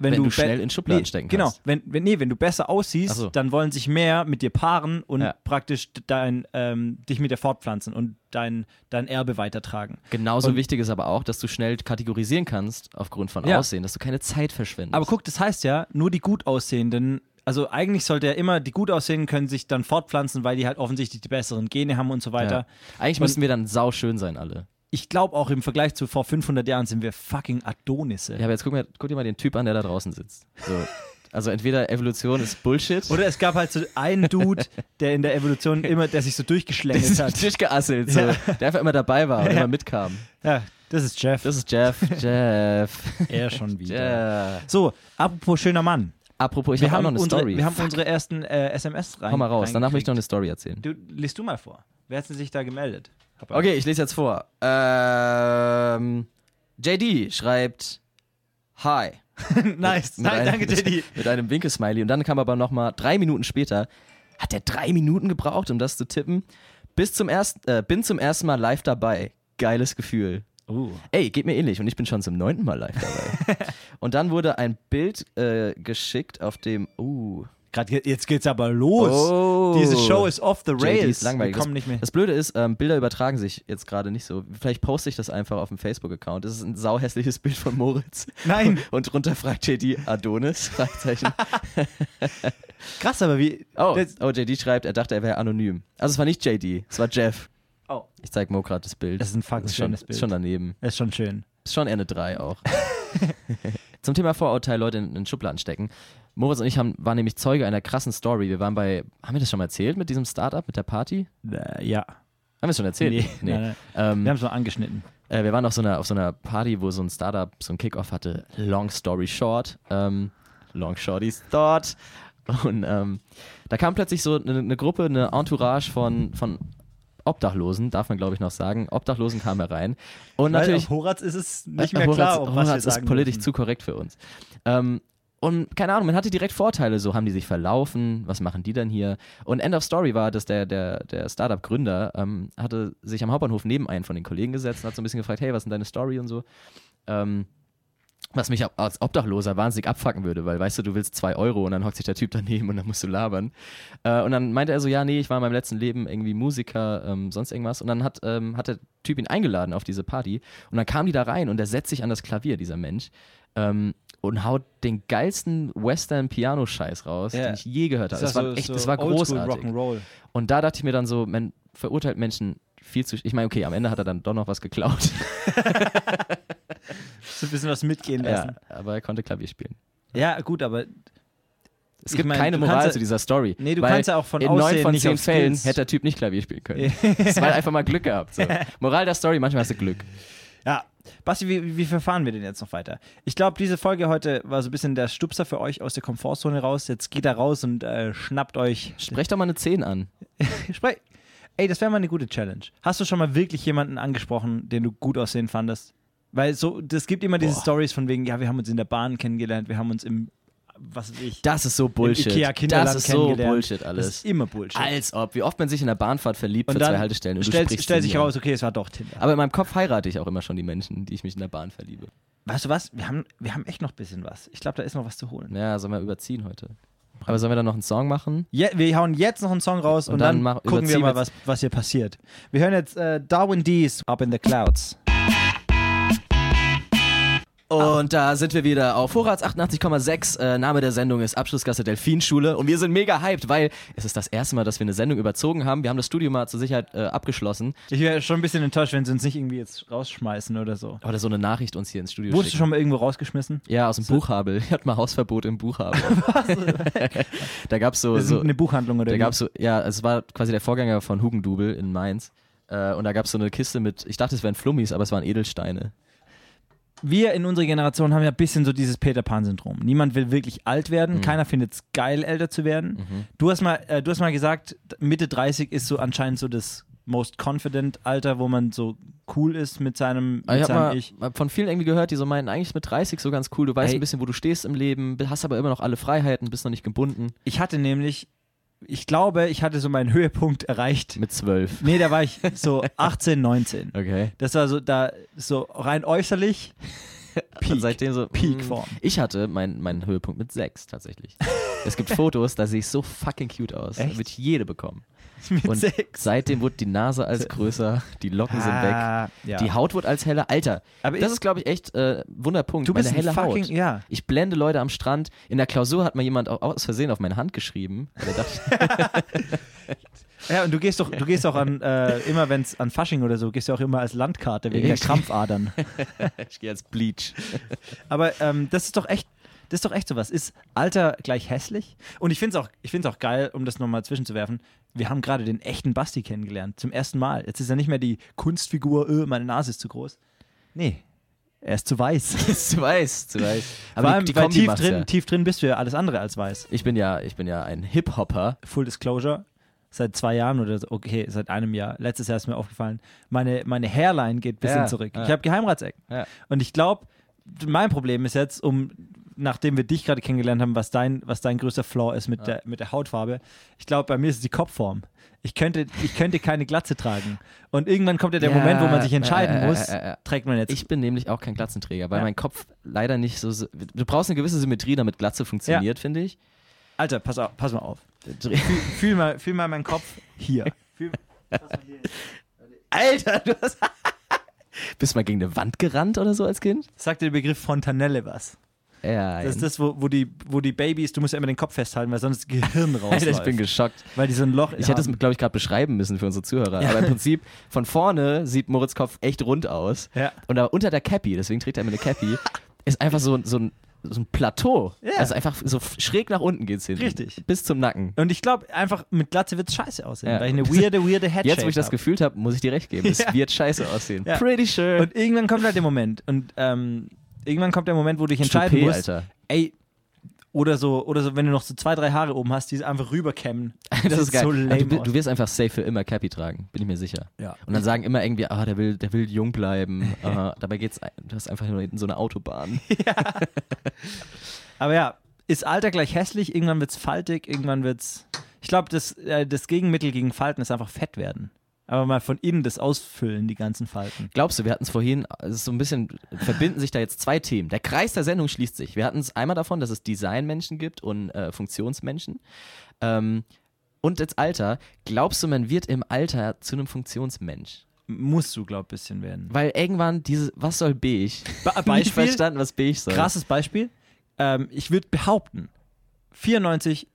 B: wenn,
C: Wenn du
B: be-
C: schnell in Schubladen stecken
B: genau,
C: kannst.
B: Wenn, wenn, nee, wenn du besser aussiehst,
C: Ach so.
B: dann wollen sich mehr mit dir paaren und
C: Ja.
B: praktisch dein, ähm, dich mit dir fortpflanzen und dein, dein Erbe weitertragen.
C: Genauso
B: Und-
C: wichtig ist aber auch, dass du schnell kategorisieren kannst aufgrund von
B: Ja.
C: Aussehen, dass du keine Zeit verschwendest.
B: Aber guck, das heißt ja, nur die gut aussehenden, also eigentlich sollte ja immer die gut aussehenden können sich dann fortpflanzen, weil die halt offensichtlich die besseren Gene haben und so weiter.
C: Ja. Eigentlich müssten wir dann sauschön sein alle.
B: Ich glaube auch im Vergleich zu vor 500 Jahren sind wir fucking Adonisse.
C: Ja, aber jetzt guck, mir, guck dir mal den Typ an, der da draußen sitzt. So. Also entweder Evolution ist Bullshit <laughs>
B: Oder es gab halt so einen Dude, der in der Evolution immer, der sich so
C: der
B: durchgeschlängelt
C: ist
B: hat.
C: durchgeasselt, so. der einfach immer dabei war und immer mitkam.
B: Ja, das ist Jeff.
C: Das
B: <laughs>
C: ist Jeff, Jeff,
B: er schon
C: Jeff.
B: So, apropos schöner Mann.
C: Apropos, ich
B: Wir
C: habe auch
B: haben,
C: noch eine
B: unsere,
C: Story.
B: wir haben unsere ersten äh, SMS rein.
C: Komm mal raus, danach möchte ich noch
B: reingekriegt.
C: eine Story erzählen.
B: Du, liest du mal vor. Wer hat denn sich da gemeldet? Hab-
C: Okay, ich lese jetzt vor. Ähm, JD schreibt Hi.
B: <laughs> nice.
C: Mit
B: Nein,
C: einem-
B: danke, Teddy.
C: <laughs> Mit einem Winkesmiley. Und dann kam aber nochmal drei Minuten später, hat er drei Minuten gebraucht, um das zu tippen. Bis zum ersten, äh, bin zum ersten Mal live dabei. Geiles Gefühl.
B: Uh.
C: Ey, geht mir ähnlich und ich bin schon zum neunten Mal live dabei.
B: <laughs>
C: und dann wurde ein Bild äh, geschickt, auf dem. Uh.
B: Grad, ge- jetzt geht's aber los.
C: Oh.
B: Diese Show ist off the
C: JD
B: rails.
C: ist langweilig.
B: Wir kommen nicht mehr.
C: Das Blöde ist, ähm, Bilder übertragen sich jetzt gerade nicht so. Vielleicht poste ich das einfach auf dem Facebook-Account. Das ist ein sauhässliches Bild von Moritz.
B: Nein,
C: <laughs> Und drunter fragt JD Adonis? Fragezeichen.
B: krass, aber wie.
C: Oh,
B: Das,
C: oh, JD schreibt, er dachte, er wäre anonym. Also es war nicht JD, es war Jeff.
B: Oh.
C: Ich zeig Mo gerade das Bild.
B: Das ist ein fucking
C: schon,
B: schönes Bild.
C: Ist schon daneben.
B: das ist schon schön.
C: Ist schon eher eine
B: <laughs>
C: 3 auch. Zum Thema Vorurteil Leute in, in Schubladen stecken. Moritz und ich haben, waren nämlich Zeuge einer krassen Story. Wir waren bei, haben wir das schon mal erzählt mit diesem Startup, mit der Party?
B: Äh, ja.
C: Haben wir es schon erzählt?
B: Nee, nein, nein.
C: Ähm,
B: Wir haben es mal angeschnitten.
C: äh, wir waren auf so, einer, auf so einer Party, wo so ein Startup so ein Kickoff hatte. Long story short. Ähm, long shorty's thought. Und ähm, da kam plötzlich so eine, eine Gruppe, eine Entourage von, von Obdachlosen, darf man glaube ich noch sagen. Obdachlosen kamen herein. Und
B: Weil
C: natürlich.
B: auf Horaz ist es nicht
C: Äh,
B: mehr
C: Horaz-
B: klar, um was wir
C: Horaz
B: sagen
C: ist politisch
B: dürfen.
C: zu korrekt für uns. Ähm, und keine Ahnung, man hatte direkt Vorteile, so haben die sich verlaufen, was machen die denn hier? Und End of Story war, dass der, der, der Startup-Gründer ähm, hatte sich am Hauptbahnhof neben einen von den Kollegen gesetzt und hat so ein bisschen gefragt, hey, was ist denn deine Story und so? Ähm, was mich als Obdachloser wahnsinnig abfacken würde, weil weißt du, du willst zwei Euro und dann hockt sich der Typ daneben und dann musst du labern. Äh, und dann meinte er so, ja, nee, ich war in meinem letzten Leben irgendwie Musiker, ähm, sonst irgendwas. Und dann hat, ähm, hat der Typ ihn eingeladen auf diese Party. Und dann kam die da rein und der setzt sich an das Klavier, dieser Mensch, ähm, und haut den geilsten Western-Piano-Scheiß raus,
B: Ja.
C: den ich je gehört habe. Das,
B: also
C: war echt, das war
B: Oldschool
C: großartig.
B: Rock'n'Roll.
C: Und da dachte ich mir dann so, man verurteilt Menschen viel zu. Ich meine, okay, am Ende hat er dann doch noch was geklaut.
B: So ein bisschen was mitgehen
C: <laughs> ja,
B: lassen.
C: aber er konnte Klavier spielen.
B: Ja, gut, aber
C: Es
B: Ich
C: gibt
B: meine,
C: keine
B: du kannst
C: Moral
B: ja-
C: zu dieser Story.
B: nee, du
C: weil
B: kannst ja auch von
C: in neun
B: Aussehen
C: von
B: nicht
C: zehn
B: auf
C: Fällen
B: Skills.
C: hätte der Typ nicht Klavier spielen
B: <laughs>
C: können. Es war einfach mal Glück gehabt. So. Moral der Story, manchmal hast du Glück.
B: Ja, Basti, wie, wie verfahren wir denn jetzt noch weiter? Ich glaube, diese Folge heute war so ein bisschen der Stupser für euch aus der Komfortzone raus. Jetzt geht da raus und äh, schnappt euch. <laughs>
C: Sprecht doch mal eine 10 an.
B: Sprech. Ey, das wäre mal eine gute Challenge. Hast du schon mal wirklich jemanden angesprochen, den du gut aussehen fandest? Weil so, das gibt immer diese
C: Boah.
B: Stories von wegen, ja, wir haben uns in der Bahn kennengelernt, wir haben uns im, was weiß ich,
C: Das ist so
B: im
C: Bullshit.
B: Ikea-Kinderland
C: das ist so
B: kennengelernt. Das
C: Bullshit
B: ist
C: alles.
B: immer Bullshit.
C: Als ob. Wie oft man sich in der Bahnfahrt verliebt für zwei Haltestellen und du
B: stellt,
C: sprichst
B: stellt
C: sie
B: sich
C: nie an.
B: raus, okay, es war doch Tinder.
C: Aber in meinem Kopf heirate ich auch immer schon die Menschen, die ich mich in der Bahn verliebe.
B: Weißt du was? Wir haben, wir haben echt noch ein bisschen was. Ich glaube, da ist noch was zu holen.
C: Ja, sollen wir überziehen heute. Aber sollen wir dann noch einen Song machen?
B: Je, wir hauen jetzt noch einen Song raus und,
C: Und
B: dann,
C: dann mach-
B: gucken wir
C: überziehen
B: mal,
C: wir
B: was, was hier passiert. Wir hören jetzt äh, Darwin Dees Up in the Clouds.
C: Und da sind wir wieder auf Vorrats 88,6. Äh, Name der Sendung ist Abschlussgasse Delfinschule. Und wir sind mega hyped, weil es ist das erste Mal, dass wir eine Sendung überzogen haben. Wir haben das Studio mal zur Sicherheit äh, abgeschlossen.
B: Ich wäre schon ein bisschen enttäuscht, wenn sie uns nicht irgendwie jetzt rausschmeißen oder so.
C: Oder so eine Nachricht uns hier ins Studio
B: Wurdest du
C: schicken.
B: schon mal irgendwo rausgeschmissen?
C: Ja, aus dem Buchhabel. Ich hatte mal Hausverbot
B: <laughs>
C: im Buchhabel. <laughs> da gab es so,
B: Das ist
C: so
B: eine ne? Buchhandlung oder
C: Also, Da
B: wie?
C: gab's so, ja, es war quasi der Vorgänger von Hugendubel in Mainz. Äh, und da gab es so eine Kiste mit, ich dachte, es wären Flummis, aber es waren Edelsteine.
B: wir in unserer Generation haben ja ein bisschen so dieses Peter Pan-Syndrom. Niemand will wirklich alt werden,
C: Mhm.
B: keiner findet es geil, älter zu werden. Du, hast mal, äh, du hast mal gesagt, Mitte 30 ist so anscheinend so das most confident Alter, wo man so cool ist mit seinem, mit
C: Ah, Ich habe
B: seinem
C: mal
B: Ich.
C: hab von vielen irgendwie gehört, die so meinen, eigentlich ist mit 30 so ganz cool. Du weißt
B: Ey.
C: ein bisschen, wo du stehst im Leben, hast aber immer noch alle Freiheiten, bist noch nicht gebunden.
B: Ich hatte nämlich, ich glaube, ich hatte so meinen Höhepunkt erreicht.
C: Mit 12.
B: Nee, da war ich
C: <laughs>
B: so 18, 19.
C: Okay.
B: Das war so da so rein äußerlich. <laughs>
C: Und seitdem so.
B: Peakform.
C: mm. Ich hatte meinen meinen Höhepunkt mit 6 tatsächlich.
B: <laughs>
C: es gibt Fotos, da sehe ich so fucking cute aus. Da
B: Echt?
C: Wird jede bekommen.
B: Mit
C: Und
B: sechs.
C: seitdem wurde die Nase
B: <laughs>
C: als größer, die Locken sind weg.
B: Ah, ja.
C: Die Haut wird als heller. Alter,
B: Aber
C: das
B: ich-
C: ist, glaube ich, echt äh, Wunderpunkt.
B: Du bist
C: meine
B: ein
C: helle
B: fucking-
C: Haut.
B: ja.
C: Ich blende Leute am Strand. In der Klausur hat mal jemand au- aus Versehen auf meine Hand geschrieben. Der dachte,
B: Ja, und du gehst doch, du gehst auch
C: <laughs>
B: an, äh, immer wenn es an Fasching oder so, gehst du auch immer als Landkarte wegen der
C: Echt? <laughs>
B: Krampfadern.
C: ich gehe jetzt <laughs> Bleach.
B: Aber ähm, das ist doch echt, das ist doch echt sowas. Ist Alter gleich hässlich? Und ich finde es auch, ich find's auch geil, um das nochmal zwischenzuwerfen, wir haben gerade den echten Basti kennengelernt, zum ersten Mal. Jetzt ist er nicht mehr die Kunstfigur, öh, meine Nase ist zu groß. Nee, er ist zu weiß.
C: zu weiß, zu weiß.
B: Vor
C: Aber
B: allem,
C: die, die
B: weil
C: Kombi
B: tief
C: macht's
B: drin,
C: ja.
B: tief drin bist du ja alles andere als weiß.
C: Ich bin ja, ich bin ja ein Hip-Hopper.
B: Full Disclosure. Seit zwei Jahren oder so, okay, seit einem Jahr. Letztes Jahr ist mir aufgefallen, meine, meine Hairline geht ein bisschen
C: Ja,
B: zurück.
C: ja.
B: Ich habe Geheimratsecken.
C: Ja.
B: Und ich glaube, mein Problem ist jetzt, um nachdem wir dich gerade kennengelernt haben, was dein, was dein größter Flaw ist mit, der, mit der Hautfarbe, ich glaube, bei mir ist es die Kopfform. Ich könnte, ich könnte keine Glatze tragen. Und irgendwann kommt ja der
C: Ja,
B: Moment, wo man sich entscheiden
C: äh, äh,
B: muss,
C: äh, äh.
B: trägt man jetzt.
C: Ich bin nämlich auch kein Glatzenträger, weil
B: Ja.
C: mein Kopf leider nicht so. Du brauchst eine gewisse Symmetrie, damit Glatze funktioniert, finde ich.
B: Alter, pass, auf, pass mal auf. Fühl mal, fühl mal meinen Kopf hier. Fühl,
C: <laughs> Alter, du hast. <laughs> Bist du mal gegen eine Wand gerannt oder so als Kind?
B: sagt dir der Begriff Fontanelle was?
C: Ja,
B: Das ist das, wo, wo, die, wo die Babys, du musst ja immer den Kopf festhalten, weil sonst das
C: <laughs>
B: Gehirn rausläuft.
C: Alter, ich bin geschockt.
B: weil die so ein Loch
C: Ich hätte es,
B: haben.
C: glaube ich, gerade beschreiben müssen für unsere Zuhörer. Aber im Prinzip, von vorne sieht Moritz Kopf echt rund aus.
B: Ja.
C: Und da unter der Cappy, deswegen trägt er immer
B: <laughs>
C: eine Cappy, ist einfach so, ein- so, ein, so ein Plateau.
B: Ja.
C: Also einfach so f- schräg nach unten geht's hin.
B: Richtig.
C: Bis zum Nacken.
B: Und ich glaube, einfach mit Glatze wird es scheiße aussehen,
C: Ja.
B: weil ich eine weirde, weirde Headshape
C: Jetzt, wo ich das
B: hab.
C: gefühlt habe, muss ich dir recht geben.
B: <laughs>
C: Es
B: Ja.
C: wird scheiße aussehen.
B: Ja.
C: Pretty sure.
B: Und irgendwann kommt halt der Moment. Und ähm, irgendwann kommt der Moment, wo du dich entscheiden
C: Toupet,
B: musst. <laughs>
C: Alter.
B: Ey, oder so, oder so, wenn du noch so zwei, drei Haare oben hast, die einfach rüberkämmen.
C: <laughs> Das ist geil.
B: So
C: Aber
B: lame
C: du, bi-
B: aus.
C: du wirst einfach safe für immer Cappy tragen, bin ich mir sicher.
B: Ja.
C: Und dann sagen immer irgendwie, ah, der will, der will jung
B: <laughs>
C: bleiben. Aha. Dabei geht's, ein- du hast einfach nur hinten so eine Autobahn.
B: Aber ja, ist Alter gleich hässlich, irgendwann wird's faltig, irgendwann wird's. Ich glaube, das, äh, das Gegenmittel gegen Falten ist einfach fett werden. Aber mal von innen das ausfüllen, die ganzen Falten.
C: Glaubst du, wir hatten es vorhin, es ist so ein bisschen, verbinden sich da jetzt zwei Themen. Der Kreis der Sendung schließt sich. Wir hatten es einmal davon, dass es Designmenschen gibt und äh, Funktionsmenschen. Ähm, und jetzt Alter. Glaubst du, man wird im Alter zu einem Funktionsmensch?
B: Musst du, glaub, bisschen werden.
C: Weil irgendwann diese, was soll beige?
B: Be-
C: Nicht
B: Beispiel?
C: verstanden, was beige soll.
B: Krasses Beispiel. Ähm, ich würde behaupten, 94,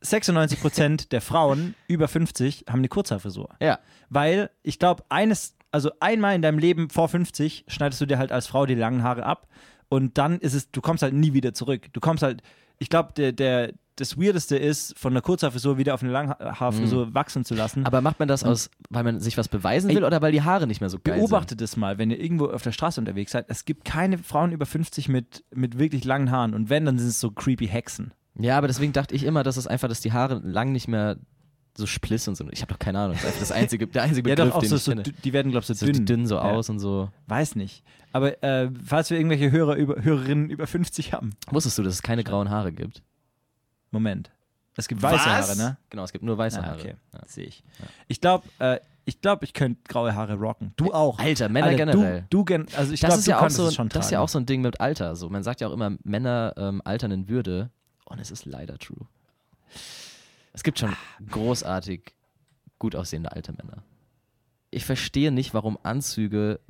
B: 96 Prozent der Frauen über 50 haben eine Kurzhaarfrisur.
C: Ja.
B: Weil ich glaube, eines, also einmal in deinem Leben vor 50 schneidest du dir halt als Frau die langen Haare ab und dann ist es, du kommst halt nie wieder zurück. Du kommst halt, ich glaube, der, der, das Weirdeste ist, von einer Kurzhaarfrisur wieder auf eine Langhaarfrisur wachsen zu lassen.
C: Mhm. Aber macht man das aus, weil man sich was beweisen
B: Ey,
C: will oder weil die Haare nicht mehr so geil
B: Beobachtet es mal, wenn ihr irgendwo auf der Straße unterwegs seid. Es gibt keine Frauen über 50 mit, mit wirklich langen Haaren. Und wenn, dann sind es so creepy Hexen.
C: sind? Ja, aber deswegen dachte ich immer, dass es einfach, dass die Haare lang nicht mehr so spliss und so. Ich habe doch keine Ahnung. Das ist einfach das einzige, der einzige
B: Ja,
C: Begriff,
B: doch, auch
C: den
B: so,
C: ich
B: so,
C: kenne.
B: dü- die werden, glaube ich, so
C: so
B: dünn.
C: die dünn so
B: Ja,
C: aus und so.
B: Weiß nicht. Aber äh, falls wir irgendwelche Hörer über, Hörerinnen über 50 haben,
C: Wusstest du, dass es keine grauen Haare gibt?
B: Moment. Es gibt weiße Haare, ne?
C: Genau, es gibt nur weiße
B: Ah,
C: Haare.
B: okay.
C: Ja.
B: Sehe ich. Ich glaube, äh, ich, glaub, ich könnte graue Haare rocken. Du auch.
C: Alter, Männer generell.
B: Du, du gen also ich
C: das,
B: glaube,
C: ist
B: du
C: ja auch
B: kannst
C: so,
B: es schon
C: das ist
B: tragen.
C: ja auch so ein Ding mit Alter. So. Man sagt ja auch immer, Männer ähm, altern in Würde. Und es ist leider true. Es gibt schon
B: Ah.
C: großartig gut aussehende alte Männer. Ich verstehe nicht, warum Anzüge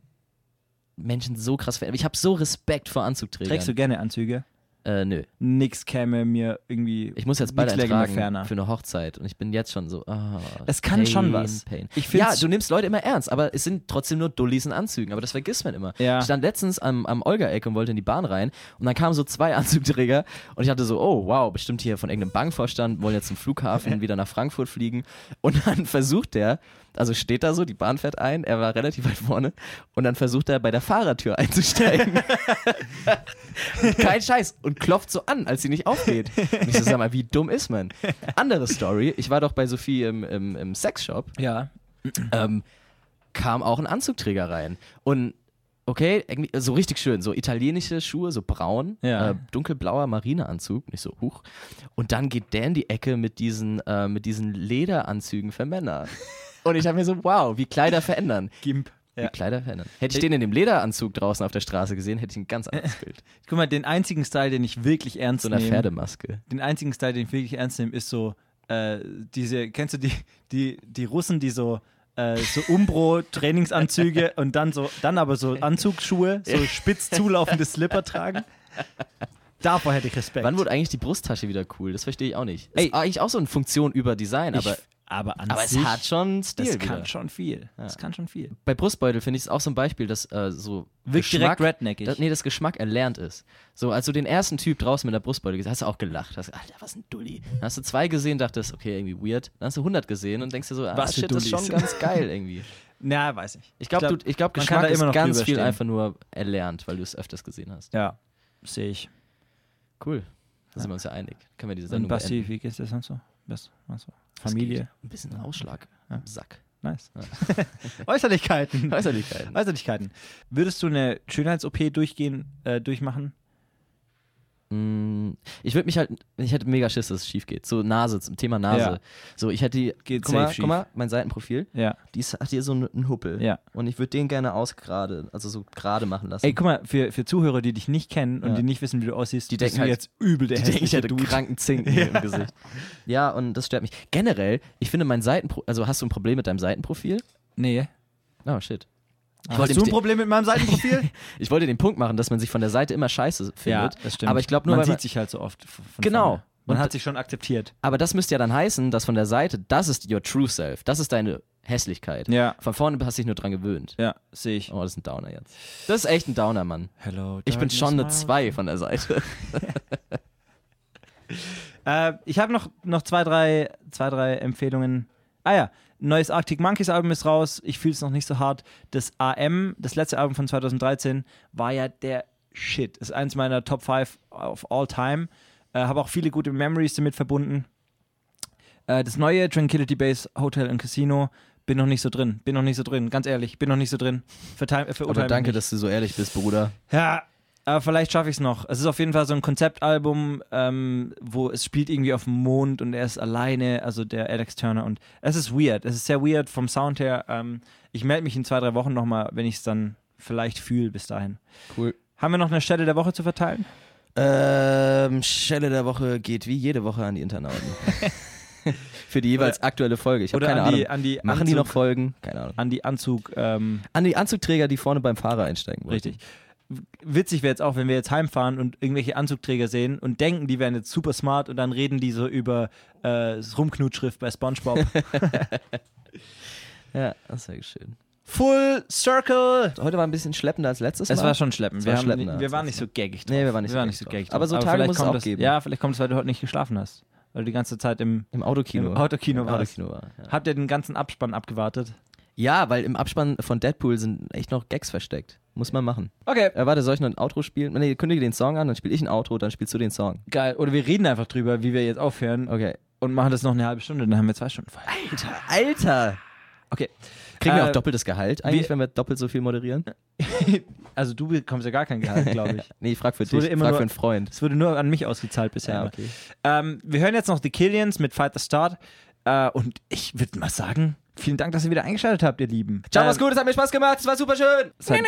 C: Menschen so krass verändert. Ich habe so Respekt vor Anzugträgern.
B: Trägst du gerne Anzüge?
C: Äh, nö.
B: Nix käme mir irgendwie.
C: Ich muss jetzt beide
B: Nichts läge mir
C: tragen
B: ferner.
C: für eine Hochzeit und ich bin jetzt schon so. ah,
B: Es kann
C: pain,
B: schon was.
C: Pain.
B: Ich
C: ja,
B: find's-
C: Also du nimmst Leute immer ernst, aber es sind trotzdem nur Dullis in Anzügen, aber das vergisst man immer.
B: Ja.
C: Ich stand letztens am, am Olga-Eck und wollte in die Bahn rein und dann kamen so zwei <laughs> Anzugträger und ich dachte so, oh wow, bestimmt hier von irgendeinem Bankvorstand, wollen jetzt zum Flughafen wieder nach Frankfurt fliegen und dann versucht der, also steht da so, die Bahn fährt ein, er war relativ weit vorne und dann versucht er bei der Fahrertür einzusteigen. Kein Scheiß. Und klopft so an, als sie nicht aufgeht. Und ich so, sag mal, wie dumm ist man? Andere Story. Ich war doch bei Sophie im, im, im Sexshop.
B: Ja.
C: Ähm, kam auch ein Anzugträger rein. Und okay, irgendwie, so richtig schön. So italienische Schuhe, so braun.
B: Ja.
C: Äh, dunkelblauer Marineanzug. Nicht so, huch. Und dann geht der in die Ecke mit diesen, äh, mit diesen Lederanzügen
B: <laughs>
C: für Männer. Und ich habe mir so, wow, wie Kleider verändern.
B: Gimp.
C: Wie Kleider verändern. Hätte ich den in dem Lederanzug draußen auf der Straße gesehen, hätte ich ein
B: <laughs>
C: ganz anderes Bild.
B: Guck mal, den einzigen Style, den ich wirklich ernst
C: So
B: nehme.
C: einer Pferdemaske.
B: Den einzigen Style, den ich wirklich ernst nehme, ist so äh, diese. Kennst du die die die Russen, die so äh, so
C: <laughs>
B: Umbro-Trainingsanzüge und dann so dann aber so Anzugsschuhe, so spitz zulaufende Slipper tragen? Davor hätte ich Respekt.
C: Wann wurde eigentlich die Brusttasche wieder cool? Das verstehe ich auch nicht.
B: Ey.
C: Ist eigentlich auch so eine Funktion über Design,
B: ich,
C: aber,
B: aber an
C: aber es
B: sich,
C: hat schon Stil.
B: das
C: wieder.
B: kann schon viel. Das kann schon viel.
C: Bei Brustbeutel finde ich es auch so ein Beispiel, dass äh, so
B: Wirkt
C: Geschmack,
B: direkt redneckig.
C: Da, nee, das Geschmack erlernt ist. So, als du den ersten Typ draußen mit der Brustbeutel gesehen hast, hast du auch gelacht. Hast, Alter, was ein Dulli. Dann hast du zwei gesehen, dachtest, okay, irgendwie weird. Dann hast du 100 gesehen und denkst dir so, ah,
B: Was für
C: shit, das ist schon
B: Dullis.
C: ganz
B: <laughs>
C: geil irgendwie.
B: Na, weiß nicht.
C: Ich glaube,
B: glaub,
C: ich glaub,
B: man kann
C: Geschmack
B: da immer
C: ist
B: noch
C: ganz
B: drüber
C: viel
B: stehen.
C: einfach nur erlernt, weil du es öfters gesehen hast.
B: Ja, sehe ich.
C: Cool. Da sind wir uns ja einig. Können wir diese
B: Und
C: Sendung
B: Basti,
C: beenden.
B: wie geht's dir sonst so? Was, was so?
C: Es
B: Familie?
C: geht. Ein bisschen Ausschlag.
B: Ja.
C: Sack.
B: Nice. <laughs> Äußerlichkeiten.
C: Äußerlichkeiten.
B: Äußerlichkeiten. Würdest du eine Schönheits-OP durchgehen, äh, durchmachen?
C: Mm, Ich würde mich halt, ich hätte mega Schiss, dass es schief geht. So Nase, zum Thema Nase.
B: Ja.
C: So, ich hätte die,
B: Geht
C: guck
B: safe
C: mal,
B: schief.
C: guck mal, mein Seitenprofil,
B: Ja.
C: die ist, hat hier so einen- einen Huppel.
B: Ja.
C: Und ich würde den gerne ausgerade, also so gerade machen lassen.
B: Ey, guck mal, für, für Zuhörer, die dich nicht kennen und
C: Ja.
B: die nicht wissen, wie du aussiehst,
C: Die
B: bist
C: denken
B: du
C: halt-
B: jetzt übel der
C: ich denke, ich
B: hässliche
C: hätte
B: Dude.
C: kranken Zinken hier im Gesicht. Ja, und das stört mich. Generell, ich finde mein Seitenprofil, also hast du ein Problem mit deinem Seitenprofil?
B: Nee.
C: Oh, shit. Ich
B: Hast du ein
C: nämlich
B: Problem mit meinem Seitenprofil? <laughs>
C: den, ich wollte den Punkt machen, dass man sich von der Seite immer scheiße findet. Aber ich glaube nur,
B: man
C: weil man,
B: sieht sich halt so oft. f- Von
C: Genau.
B: Vorne. Man
C: Und-
B: hat sich schon akzeptiert.
C: aber das müsste ja dann heißen, dass von der Seite, das ist your true self, das ist deine Hässlichkeit.
B: Ja.
C: Von vorne hast du dich nur dran gewöhnt.
B: Ja, sehe ich.
C: Oh, das ist ein Downer jetzt. Das ist echt ein Downer, Mann.
B: Hello,
C: Ich bin
B: darkness,
C: schon eine
B: my
C: 2 von der
B: <laughs>
C: Seite.
B: Äh, ich habe noch, noch zwei, drei, zwei, drei Empfehlungen. Ah ja, neues Arctic Monkeys Album ist raus. Ich fühle es noch nicht so hart. Das AM, das letzte Album von 2013, war ja der Shit. Ist eins meiner Top 5 of all time. Äh, habe auch viele gute Memories damit verbunden. Äh, das neue Tranquility Base Hotel and Casino. Bin noch nicht so drin. Bin noch nicht so drin. Ganz ehrlich, bin noch nicht so drin. Verteil, äh, verurteil
C: Aber
B: mich
C: danke,
B: nicht.
C: dass du so ehrlich bist, Bruder.
B: Ja, aber vielleicht schaffe ich es noch. Es ist auf jeden Fall so ein Konzeptalbum, ähm, wo es spielt irgendwie auf dem Mond und er ist alleine, also der Alex Turner. Und es ist weird. Es ist sehr weird vom Sound her. Ähm, ich melde mich in zwei, drei Wochen nochmal, wenn ich es dann vielleicht fühle bis dahin.
C: Cool.
B: Haben wir noch eine Stelle der Woche zu verteilen?
C: Ähm, Schelle der Woche geht wie jede Woche an
B: <laughs>
C: die Internauten. Für die jeweils aktuelle Folge. Ich habe
B: Oder
C: keine
B: an,
C: Ahnung.
B: die, an die
C: Machen
B: Anzug,
C: die noch Folgen? Keine Ahnung.
B: an die Anzug. Ähm,
C: An die Anzugträger, die vorne beim Fahrer einsteigen wollten.
B: richtig. W- Witzig wäre jetzt auch, wenn wir jetzt heimfahren und irgendwelche Anzugträger sehen und denken, die wären jetzt super smart und dann reden die so über äh, das Rumknutschrift bei SpongeBob.
C: Ja, das wäre schön.
B: Full Circle.
C: Heute war ein bisschen schleppender als letztes Mal.
B: Es war schon schleppen.
C: Es
B: Wir,
C: war
B: haben,
C: schleppender
B: wir
C: als
B: waren nicht
C: letztes
B: so gaggig drauf.
C: Nee, wir waren nicht so
B: wir waren
C: gaggig
B: nicht so
C: drauf.
B: gaggig drauf.
C: Aber so Tage
B: vielleicht
C: muss es
B: kommt
C: auch
B: das,
C: geben.
B: Ja, vielleicht kommt es, weil du heute nicht geschlafen hast. Weil du die ganze Zeit im...
C: Im Autokino.
B: Im Autokino
C: Im
B: war's.
C: Autokino war. Ja.
B: Habt ihr den ganzen Abspann abgewartet?
C: ja, weil im Abspann von Deadpool sind echt noch Gags versteckt. Muss man machen.
B: Okay.
C: Äh, warte, soll ich noch ein Outro spielen? Nee, kündige den Song an, dann spiele ich ein Outro, dann spielst du den Song.
B: Geil. Oder wir reden einfach drüber, wie wir jetzt aufhören
C: Okay.
B: und machen das noch eine halbe Stunde. Dann haben wir zwei Stunden voll.
C: Alter, Alter!
B: Okay.
C: Kriegen wir
B: Äh,
C: auch doppeltes Gehalt eigentlich,
B: wir-
C: wenn wir doppelt so viel moderieren?
B: Also du bekommst ja gar kein
C: <laughs>
B: Gehalt, glaube ich.
C: Nee, ich frag für
B: Es
C: dich,
B: wurde
C: ich
B: immer
C: frag
B: nur-
C: für einen Freund.
B: Es wurde nur an mich ausgezahlt bisher.
C: Ja,
B: immer.
C: okay.
B: Ähm, wir hören jetzt noch The Killians mit Fight the Start. Äh, und ich würde mal sagen, vielen Dank, dass ihr wieder eingeschaltet habt, ihr Lieben.
C: Ciao,
B: Äh,
C: was gut, es hat mir Spaß gemacht, es war super schön!
B: seid-